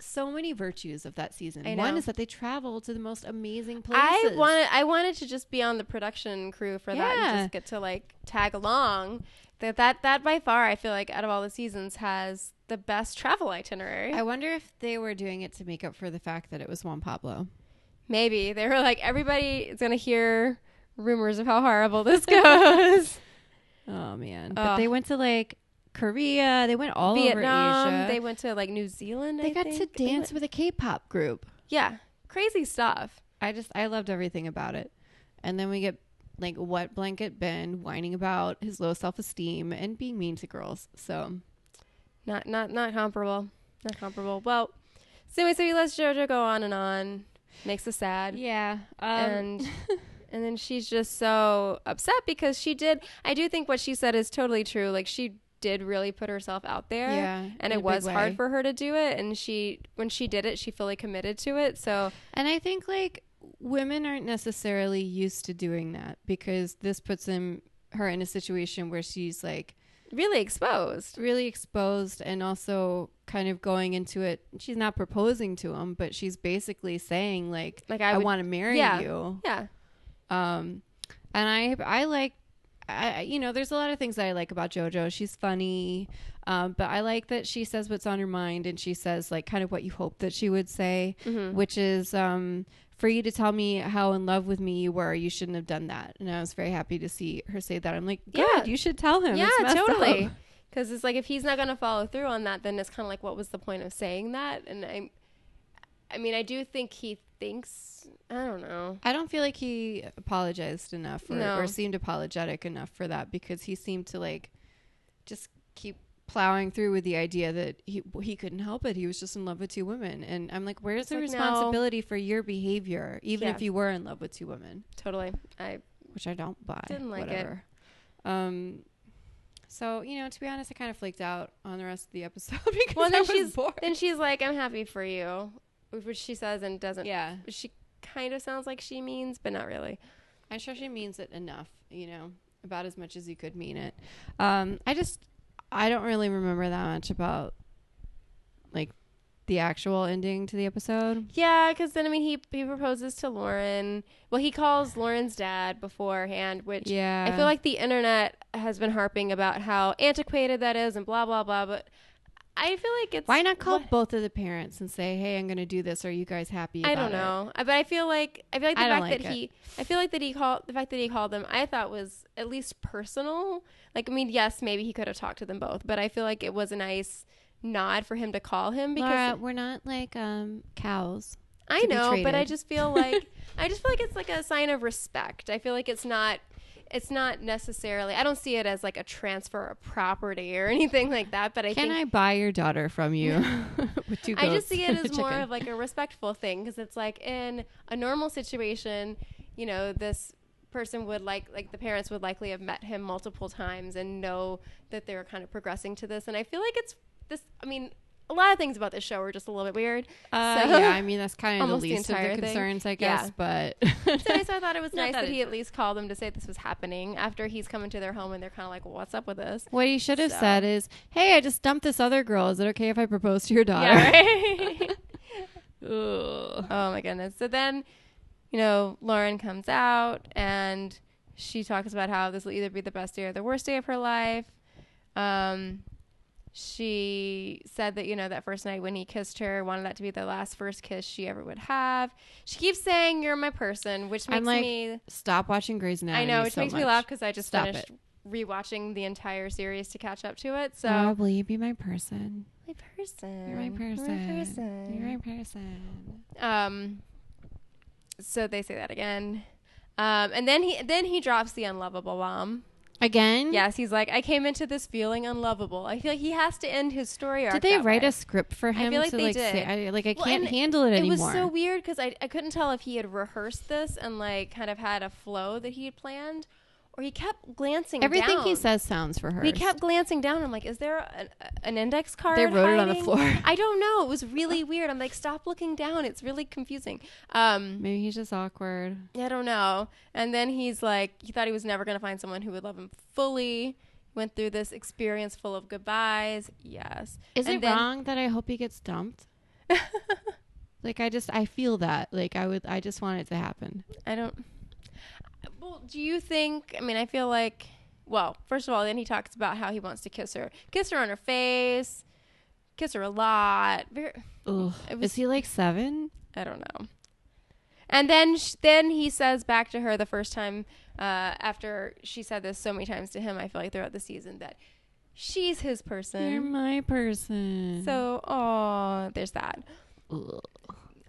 so many virtues of that season. I One know. is that they travel to the most amazing places. I wanted I wanted to just be on the production crew for that Yeah. and just get to like tag along. That that that by far I feel like out of all the seasons has the best travel itinerary. I wonder if they were doing it to make up for the fact that it was Juan Pablo. Maybe they were like everybody is gonna hear rumors of how horrible this goes. Oh man! but Ugh. they went to like Korea. They went all Vietnam. over Asia. They went to like New Zealand. They I got think. to They dance went- with a K-pop group. yeah, crazy stuff. I just I loved everything about it. And then we get like wet blanket Ben whining about his low self-esteem and being mean to girls. So Not not not comparable. Not comparable. Well, so anyway, so he lets JoJo go on and on, makes us sad, yeah, um, and and then she's just so upset because she did. I do think what she said is totally true. Like she did really put herself out there Yeah, in and a it big was way. hard for her to do it and she when she did it she fully committed to it so and I think like women aren't necessarily used to doing that because this puts him her in a situation where she's like really exposed really exposed and also kind of going into it. She's not proposing to him, but she's basically saying like, Like, I I, would- want to marry yeah. you. yeah Um, and I I like. I, I- you know, there's a lot of things that I like about JoJo. She's funny, um, but I like that she says what's on her mind and she says, like, kind of what you hope that she would say, Mm-hmm. which is um, for you to tell me how in love with me you were. You shouldn't have done that. And I was very happy to see her say that. I'm like, good, Yeah. you should tell him. Yeah, It's messed up." totally. Because it's like if he's not going to follow through on that, then it's kind of like, what was the point of saying that? And I, I mean, I do think he thinks. I don't know. I don't feel like he apologized enough or, No. or seemed apologetic enough for that because he seemed to like just keep plowing through with the idea that he he couldn't help it. He was just in love with two women. And I'm like, where's the like, no. responsibility for your behavior, even Yeah. if you were in love with two women? Totally. I Which I don't buy. Didn't like it. whatever. Um so, you know, to be honest, I kind of flaked out on the rest of the episode because well I then was she's bored. then she's like, I'm happy for you, which she says and doesn't. yeah. She kind of sounds like she means, but not really. I'm sure she means it enough, you know, about as much as you could mean it. Um, I just, I don't really remember that much about like the actual ending to the episode. Yeah, because then I mean he he proposes to Lauren. Well, he calls Lauren's dad beforehand, which Yeah. I feel like the internet has been harping about how antiquated that is and blah blah blah. But I feel like it's Why not call what- both of the parents and say, "Hey, I'm going to do this. Are you guys happy?" I about don't it?" know, I- but I feel like I feel like the I don't fact that like it. he I feel like that he called the fact that he called them I thought was at least personal. Like I mean, yes, maybe he could have talked to them both, but I feel like it was a nice nod for him to call him because Laura, we're not like um cows. I to be know, but I treated. just feel like I just feel like it's like a sign of respect. I feel like it's not it's not necessarily I don't see it as like a transfer of property or anything like that, but I Can think I buy your daughter from you? With two I goats just see it and a as more chicken. of like a respectful thing because it's like in a normal situation, you know, this person would like like the parents would likely have met him multiple times and know that they're kind of progressing to this and I feel like it's this I mean a lot of things about this show are just a little bit weird. Uh, So- yeah, I mean that's kind of the Almost the least of entire the thing. concerns, I Yeah. guess. But So I- so I thought it was Not nice that that, it- he at least called them to say this was happening after he's come into their home and they're kind of like, well, what's up with this? what he should have So. said is, "Hey, I just dumped this other girl. Is it okay if I propose to your daughter?" right? Ugh. oh my goodness. So then, you know, Lauren comes out and she talks about how this will either be the best day or the worst day of her life. Um, she said that you know that first night when he kissed her wanted that to be the last first kiss she ever would have. She keeps saying you're my person, which makes I'm like, me stop watching Grey's I Anatomy. know, which so makes me much. laugh because I just Stop finished rewatching the entire series to catch up to it. So Oh, will you be my person? my person, You're my person. my person. You're my person. Um, so they say that again, um, and then he then he drops the unlovable bomb. Mm-hmm. Again? Yes, he's like, I came into this feeling unlovable. I feel like he has to end his story arc. Did they that write way. a script for him feel like to they like say did. I, like I Well, can't and handle it It anymore? was so weird because I, I couldn't tell if he had rehearsed this and like kind of had a flow that he had planned, or he kept glancing. Everything he down. says sounds rehearsed. We kept glancing down. I'm like, is there an, an index card? wrote it on the hiding? floor. I don't know. It was really weird. I'm like, stop looking down. It's really confusing. Um, Maybe he's just awkward. I don't know. And then he's like, he thought he was never going to find someone who would love him fully. Went through this experience full of goodbyes. Yes. Is And it then- wrong that I hope he gets dumped? Like I just I feel that. Like I would I just want it to happen. I don't. Well, do you think? I mean, I feel like. Well, first of all, then he talks about how he wants to kiss her, kiss her on her face, kiss her a lot. Very. Ugh. It Is was- he like 7? I don't know. And then sh- then he says back to her the first time uh, after she said this so many times to him. I feel like throughout the season that she's his You're person. my person. So oh, there's that. Ugh.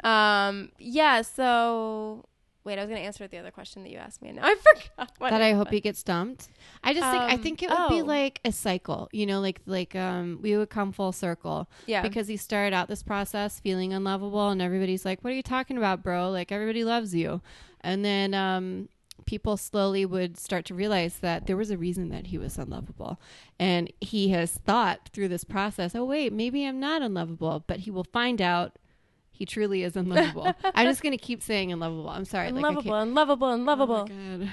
Um, yeah. So wait, I was gonna answer the other question that you asked me, and now I forgot. What that it I hope was. he gets dumped. I just think I Um, think it would be oh. like a cycle, you know, like like um we would come full circle. Yeah. Because he started out this process feeling unlovable and everybody's like, What are you talking about, bro? Like everybody loves you. And then um people slowly would start to realize that there was a reason that he was unlovable. And he has thought through this process, oh wait, maybe I'm not unlovable, but he will find out he truly is unlovable. I'm just gonna keep saying unlovable. I'm sorry. like, I unlovable, can't- unlovable, Oh my unlovable. God.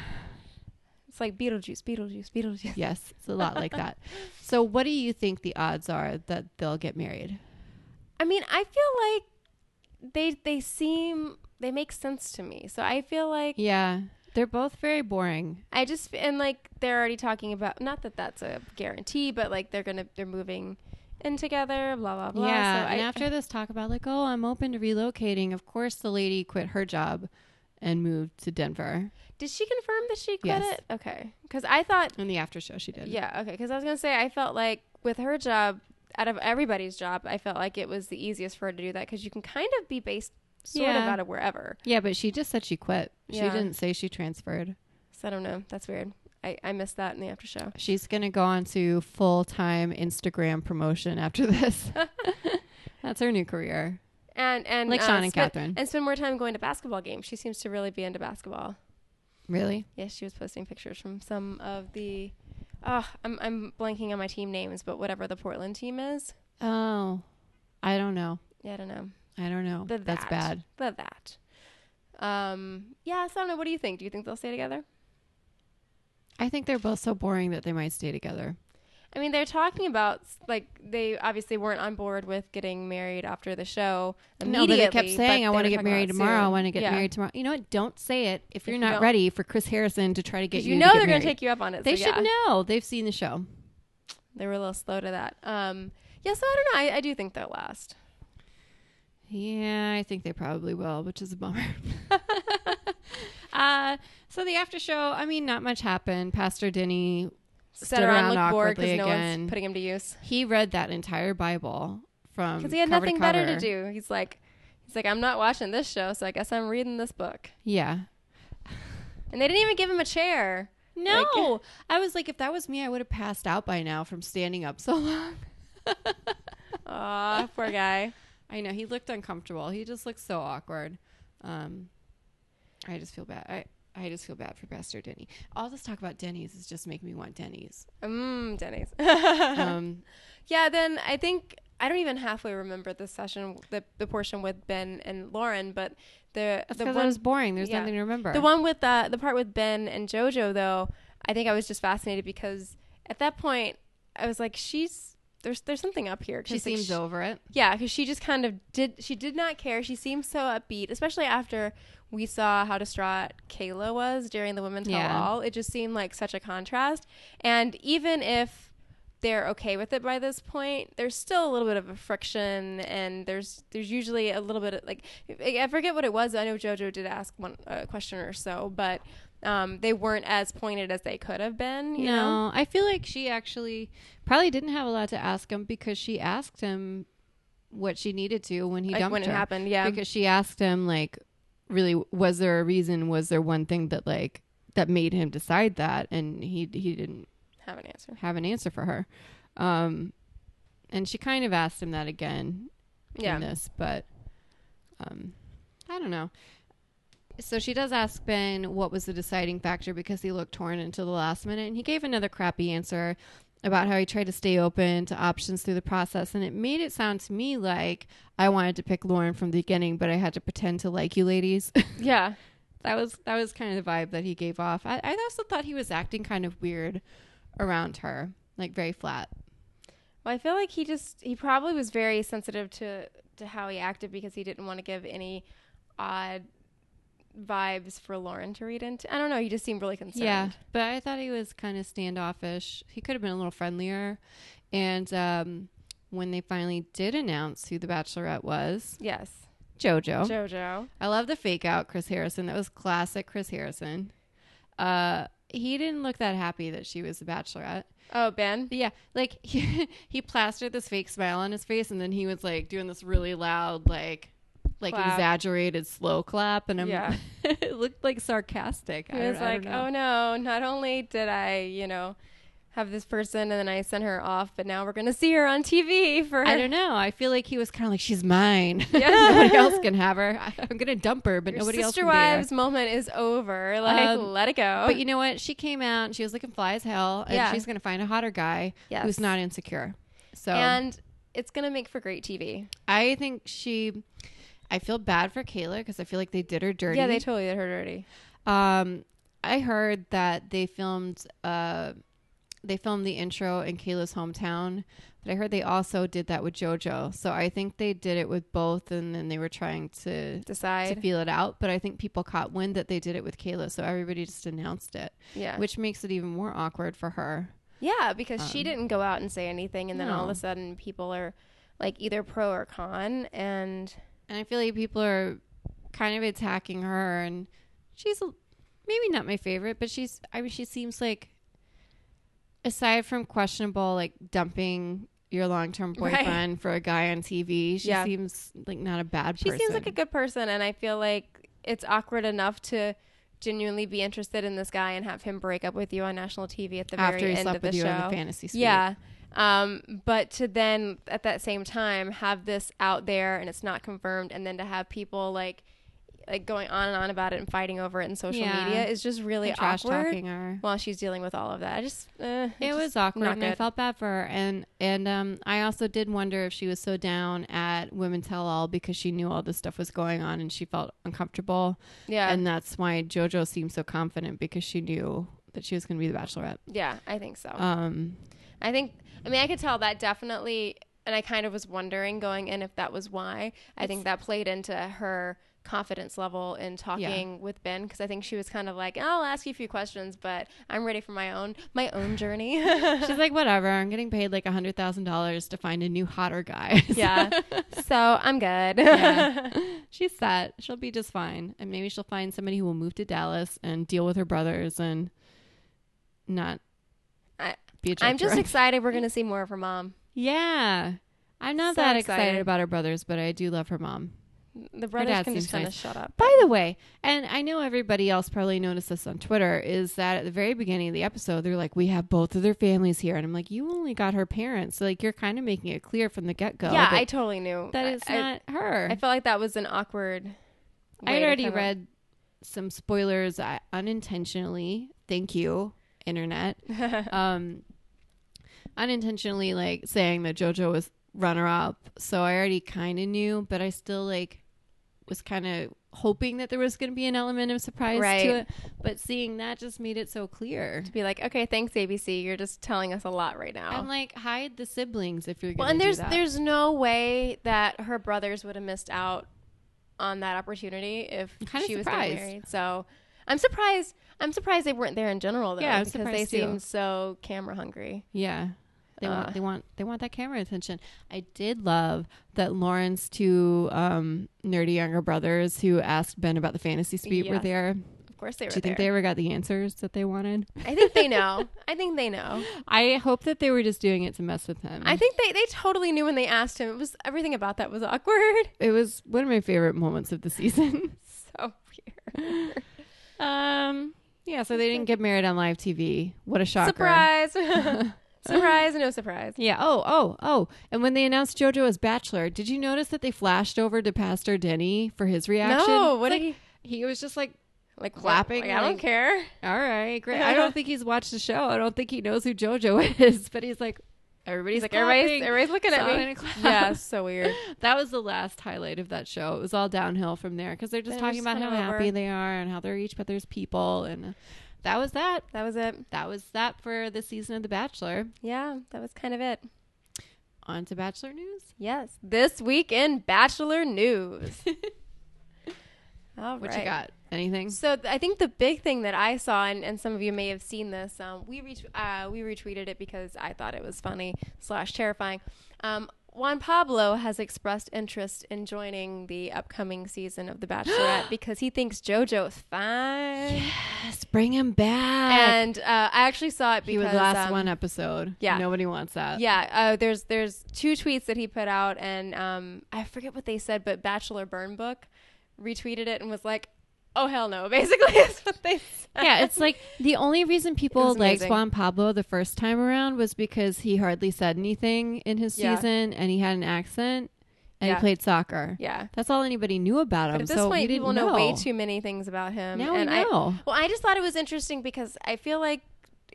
it's like Beetlejuice, Beetlejuice, Beetlejuice. Yes, it's a lot like that. So, what do you think the odds are that they'll get married? I mean, I feel like they they seem they make sense to me. So I feel like Yeah, they're both very boring. I just and like they're already talking about not that that's a guarantee, but like they're gonna they're moving in together, blah blah blah. yeah, so and I, after this talk about like, oh, I'm open to relocating. Of course, the lady quit her job and moved to Denver. did she confirm that she quit Yes. it? Okay, because I thought In the after show, she did. yeah, okay, because I was gonna say I felt like with her job out of everybody's job, I felt like it was the easiest for her to do that because you can kind of be based sort of Yeah. out of wherever. yeah, but she just said she quit. She Yeah. didn't say she transferred. So I don't know. That's weird. I, I missed that in the after show. She's gonna go on to full time Instagram promotion after this. That's her new career. And and uh, Like Sean and spend- Catherine. and spend more time going to basketball games. She seems to really be into basketball. Really? Yes, she was posting pictures from some of the. Oh, I'm I'm blanking on my team names, but whatever the Portland team is, Oh, I don't know. yeah, I don't know. I don't know. The That's that. bad. The that. Um. Yeah. So I don't know. What do you think? Do you think they'll stay together? I think they're both so boring that they might stay together. I mean, they're talking about like they obviously weren't on board with getting married after the show. No, Immediately, but it kept saying, but "I they want were to get talking married about tomorrow. I soon. want to get Yeah. married tomorrow." You know what? Don't say it if you're you not don't- ready for Chris Harrison to try to get Because you. you to know get they're going married. to take you up on it. They so should yeah. know. They've seen the show. They were a little slow to that. Um, yeah, so I don't know. I, I do think they'll last. Yeah, I think they probably will, which is a bummer. uh, so the after show, I mean, not much happened. Pastor Denny Set stood her on around look bored awkwardly because no again. one's putting him to use. he read that entire Bible from Because he had Um, cover nothing to better to cover. do. He's like, he's like, I'm not watching this show, so I guess I'm reading this book. Yeah. And they didn't even give him a chair. No, I was like, if that was me, I would have passed out by now from standing up so long. Aw, poor guy. I know he looked uncomfortable. He just looked so awkward. Um, I just feel bad. I I just feel bad for Pastor Denny. All this talk about Denny's is just making me want Denny's. Mmm, Denny's. Um, yeah, then I think I don't even halfway remember the session, the, the portion with Ben and Lauren, but the that's the because one it was boring. There's yeah. nothing to remember. The one with uh, the part with Ben and JoJo, though, I think I was just fascinated because at that point I was like, she's there's there's something up here. she She's like, seems sh- over it. yeah, because she just kind of did. She did not care. She seemed so upbeat, especially after we saw how distraught Kayla was during the women's Yeah. all. It just seemed like such a contrast. And even if they're okay with it by this point, there's still a little bit of a friction, and there's there's usually a little bit of like I I forget what it was. I know JoJo did ask one a question or so, but um, they weren't as pointed as they could have been. You know? no, I feel like she actually probably didn't have a lot to ask him because she asked him what she needed to when he Like, dumped when it her. happened, yeah. because she asked him like, really, was there a reason? Was there one thing that like that made him decide that? And he he didn't Have an answer. have an answer for her. Um, and she kind of asked him that again Yeah. in this, but um, I don't know. So she does ask Ben what was the deciding factor because he looked torn until the last minute, and he gave another crappy answer about how he tried to stay open to options through the process, and it made it sound to me like I wanted to pick Lauren from the beginning, but I had to pretend to like you ladies. Yeah. that was that was kind of the vibe that he gave off. I, I also thought he was acting kind of weird around her, like very flat. Well, I feel like he just he probably was very sensitive to to how he acted because he didn't want to give any odd vibes for Lauren to read into. I don't know. He just seemed really concerned. Yeah, but I thought he was kind of standoffish. He could have been a little friendlier. And um, when they finally did announce who the Bachelorette was, Yes. JoJo. Jojo. I love the fake out Chris Harrison. That was classic Chris Harrison. Uh, he didn't look that happy that she was the Bachelorette. Oh, Ben. Yeah, like he, he plastered this fake smile on his face, and then he was like doing this really loud, like, like Clap. exaggerated slow clap, and I'm, Yeah. it looked like sarcastic. He I was don't- I like, don't know. "Oh no, not only did I, you know, have this person and then I sent her off, but now we're going to see her on TV for I don't know. I feel like he was kind of like, she's mine. Yeah. nobody else can have her. I, I'm gonna dump her, but Your nobody else sister can wives be her. moment is over. Like, Um, let it go. But you know what? She came out and she was looking fly as hell, and Yeah. she's gonna find a hotter guy Yes. who's not insecure. So and it's going to make for great TV. I think she. I feel bad for Kayla because I feel like they did her dirty. Yeah, they totally did her dirty. Um, I heard that they filmed uh, they filmed the intro in Kayla's hometown, but I heard they also did that with JoJo. So I think they did it with both, and then they were trying to Decide. to feel it out. But I think people caught wind that they did it with Kayla, so everybody just announced it, yeah. which makes it even more awkward for her. Yeah, because she didn't go out and say anything, and then all of Um, No. a sudden people are like either pro or con, and And I feel like people are kind of attacking her, and she's a- maybe not my favorite, but she's I mean she seems like aside from questionable like dumping your long term Right. boyfriend for a guy on TV, she Yeah. seems like not a bad she person. seems like a good person, and I feel like it's awkward enough to genuinely be interested in this guy and have him break up with you on national TV at the after very he end slept of the with you show. in the fantasy suite. Yeah. Um, but to then at that same time have this out there and it's not confirmed and then to have people like like going on and on about it and fighting over it in social Yeah. media is just really And trash awkward talking her. while she's dealing with all of that. I just uh, it just was awkward not and i good. felt bad for her and and um i also did wonder if she was so down at women tell all because she knew all this stuff was going on and she felt uncomfortable Yeah. and that's why jojo seemed so confident because she knew that she was going to be the bachelorette Yeah, I think so. um I think. I mean, I could tell that definitely, and I kind of was wondering going in if that was why. I think that played into her confidence level in talking with Ben because I think she was kind of like, "I'll ask you a few questions, but I'm ready for my own my own journey." She's like, whatever. I'm getting paid like hundred thousand dollars to find a new hotter guy. So- yeah. So I'm good. yeah. She's set. She'll be just fine. And maybe she'll find somebody who will move to Dallas and deal with her brothers and not I- be a jerk I'm just around. excited we're gonna see more of her mom. Yeah. I'm not So that excited. excited. about her brothers, but I do love her mom. The brothers dad can just seems kind of nice. shut up. By the way, and I know everybody else probably noticed this on Twitter, is that at the very beginning of the episode, they're like, we have both of their families here. And I'm like, you only got her parents. So, like, you're kind of making it clear from the get go. yeah, I totally knew that I- it's I- not her. I felt like that was an awkward. I way had to already come up. read some spoilers uh, unintentionally. Thank you, internet. um, unintentionally, like saying that JoJo was runner up. So I already kind of knew, but I still like was kind of hoping that there was going to be an element of surprise Right. to it. But seeing that just made it so clear. Be like, okay, thanks ABC. You're just telling us a lot right now. I'm like, hide the siblings if you're going to well, and there's do that. there's no way that her brothers would have missed out on that opportunity if kinda she was getting surprised. married. So I'm surprised. I'm surprised they weren't there in general though, Yeah, I was because they surprised, too. seem so camera hungry. Yeah. They Uh. want they want they want that camera attention. I did love that Lauren's two um, nerdy younger brothers who asked Ben about the fantasy suite were Yes. there. Of course they were. Do you think they there. ever got the answers that they wanted? I think they know. I think they know. I hope that they were just doing it to mess with him. I think they, they totally knew when they asked him. It was everything about that was awkward. it was one of my favorite moments of the season. So weird. um yeah, so they didn't get married on live TV. What a shocker. Surprise. surprise, no surprise. Yeah. Oh, oh, oh. And when they announced JoJo as Bachelor, did you notice that they flashed over to Pastor Denny for his reaction? No, what It's did like- He was just like Like what? Clapping, Like, I don't like- care. All right, great. I don't think he's watched the show. I don't think he knows who JoJo is, but he's like, everybody's He's like clapping. everybody's everybody's looking So at I'm me. gonna clap. Yeah, so weird. That was the last highlight of that show. It was all downhill from there because they're just They're talking just about how kind of over. happy they are and how they're each other's people, and that was that. That was it. That was that for the season of The Bachelor. Yeah, that was kind of it. On to Bachelor news, Yes. This week in Bachelor News. All right. what you got? Anything? So th- I think the big thing that I saw, and, and some of you may have seen this, um, we ret- uh, we retweeted it because I thought it was funny slash terrifying. Um, Juan Pablo has expressed interest in joining the upcoming season of The Bachelorette because he thinks JoJo is fine. Yes, bring him back. And uh, I actually saw it he because was last um, one episode. yeah. nobody wants that. Yeah, uh, there's there's two tweets that he put out, and um, I forget what they said, but Bachelor Burn Book retweeted it and was like, "Oh hell no!" Basically, is what they said. yeah, it's like the only reason people was liked amazing. Juan Pablo the first time around was because he hardly said anything in his Yeah. season and he had an accent and Yeah. he played soccer. yeah. That's all anybody knew about him. But at this Um, so we point, didn't people know. way know. too many things about him. Now we and know. I, well, I just thought it was interesting because I feel like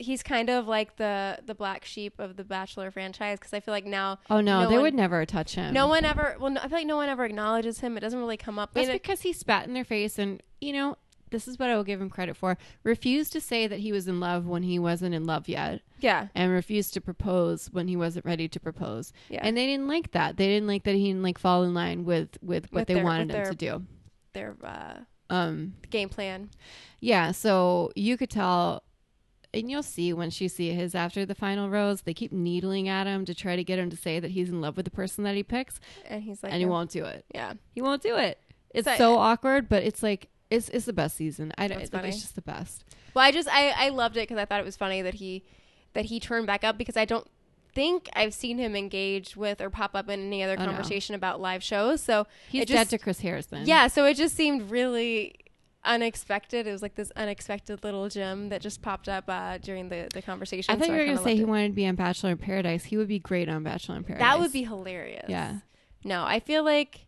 he's kind of like the the black sheep of the Bachelor franchise because I feel like now. Oh no, they one- would never touch him. No one ever. Well, no, I feel like no one ever acknowledges him. It doesn't really come up. I That's mean, it- because he spat in their face and you know this is what I will give him credit for. Refused to say that he was in love when he wasn't in love yet. yeah. and refused to propose when he wasn't ready to propose. Yeah. And they didn't like that. They didn't like that he didn't like fall in line with with what With they their- wanted with him their- to do. Their uh, Um game plan. yeah, so you could tell and you'll see when she see his after the final rose, they keep needling at him to try to get him to say that he's in love with the person that he picks And he's like, and he "No." won't do it. Yeah. He won't do it. It's So- so, awkward, but it's like it's it's the best season. I don't That's it's funny. just the best. Well, I just I, I loved it because I thought it was funny that he that he turned back up because I don't think I've seen him engage with or pop up in any other Oh, no. conversation about live shows. So He's it just, dead to Chris Harrison. yeah. So it just seemed really unexpected. It was like this unexpected little gem that just popped up uh, during the the conversation. I thought so you were kinda gonna say he loved it. wanted to be on Bachelor in Paradise. He would be great on Bachelor in Paradise. that would be hilarious. Yeah. No, I feel like.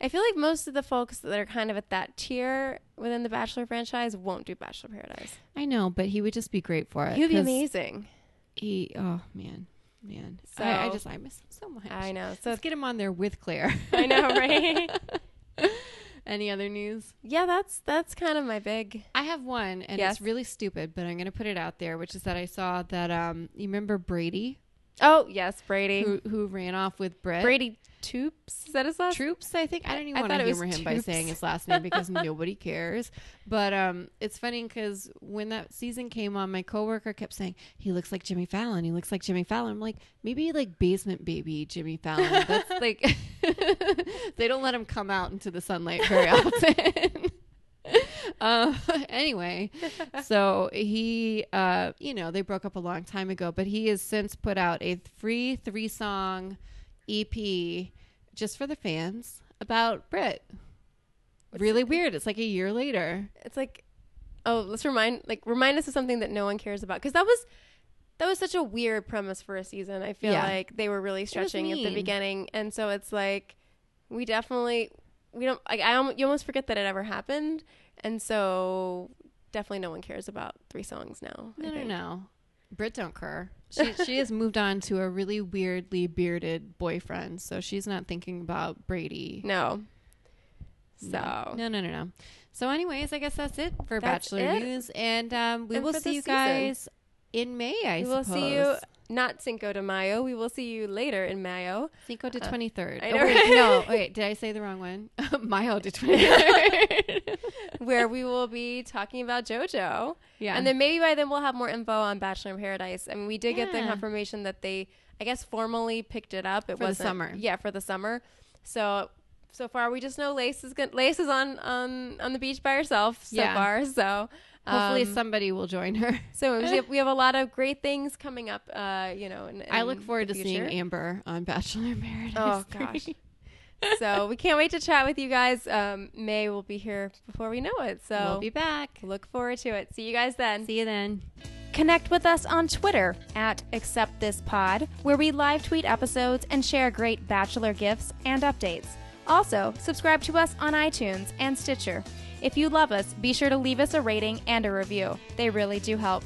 I feel like most of the folks that are kind of at that tier within the Bachelor franchise won't do Bachelor Paradise. I know, but he would just be great for it. He would be Uh, 'cause amazing. He, oh man, man. I, I So- just I miss him so much. I know. So Let's get him on there with Claire. I know, right? Any other news? Yeah, that's that's kind of my big. I have one, and Yes. it's really stupid, but I'm going to put it out there, which is that I saw that um, you remember Brady Oh yes, Brady. who who ran off with Britt. Brady Toops. Is that his last? Troops, I think. I don't even I want thought to it was humor him by Troops. saying his last name because nobody cares. But um, it's funny because when that season came on, my coworker kept saying he looks like Jimmy Fallon. He looks like Jimmy Fallon. I'm like maybe like basement baby Jimmy Fallon. That's like they don't let him come out into the sunlight very often. um, anyway, so he, uh, you know, they broke up a long time ago, but he has since put out a free three song EP just for the fans about Brit. really weird. It's like a year later. It's like, oh, let's remind like remind us of something that no one cares about because that was that was such a weird premise for a season. I feel Yeah. like they were really stretching at mean. the beginning, and so it's like we definitely we don't like I almost, you almost forget that it ever happened, and so definitely no one cares about three songs now. I, I don't think. know. Brit don't care. She she has moved on to a really weirdly bearded boyfriend, so she's not thinking about Brady. No. So No, no, no, no. So, anyways, I guess that's it for That's Bachelor it. News, and um, we And will for see you this season. guys in May. I we will suppose. see you not Cinco de Mayo. We will see you later in Mayo. Cinco de twenty third. uh, I oh, know, wait, right? no, wait, did I say the wrong one? Mayo de twenty third. where we will be talking about JoJo. Yeah. And then maybe by then we'll have more info on Bachelor in Paradise. I mean, we did get the Yeah. confirmation that they, I guess, formally picked it up. It the was summer. Yeah, for the summer. So so far, we just know Lace is going Lace is on on on the beach by herself so Yeah. far. So Hopefully, um, somebody will join her. so we have, we have a lot of great things coming up. Uh, you know, in, I look in forward the to seeing future. Amber on Bachelor in Paradise. Oh three. gosh. so we can't wait to chat with you guys. Um, May will be here before we know it. So We'll be back. Look forward to it. See you guys then. See you then. Connect with us on Twitter at Accept This Pod, where we live tweet episodes and share great bachelor gifts and updates. Also, subscribe to us on iTunes and Stitcher. If you love us, be sure to leave us a rating and a review. They really do help.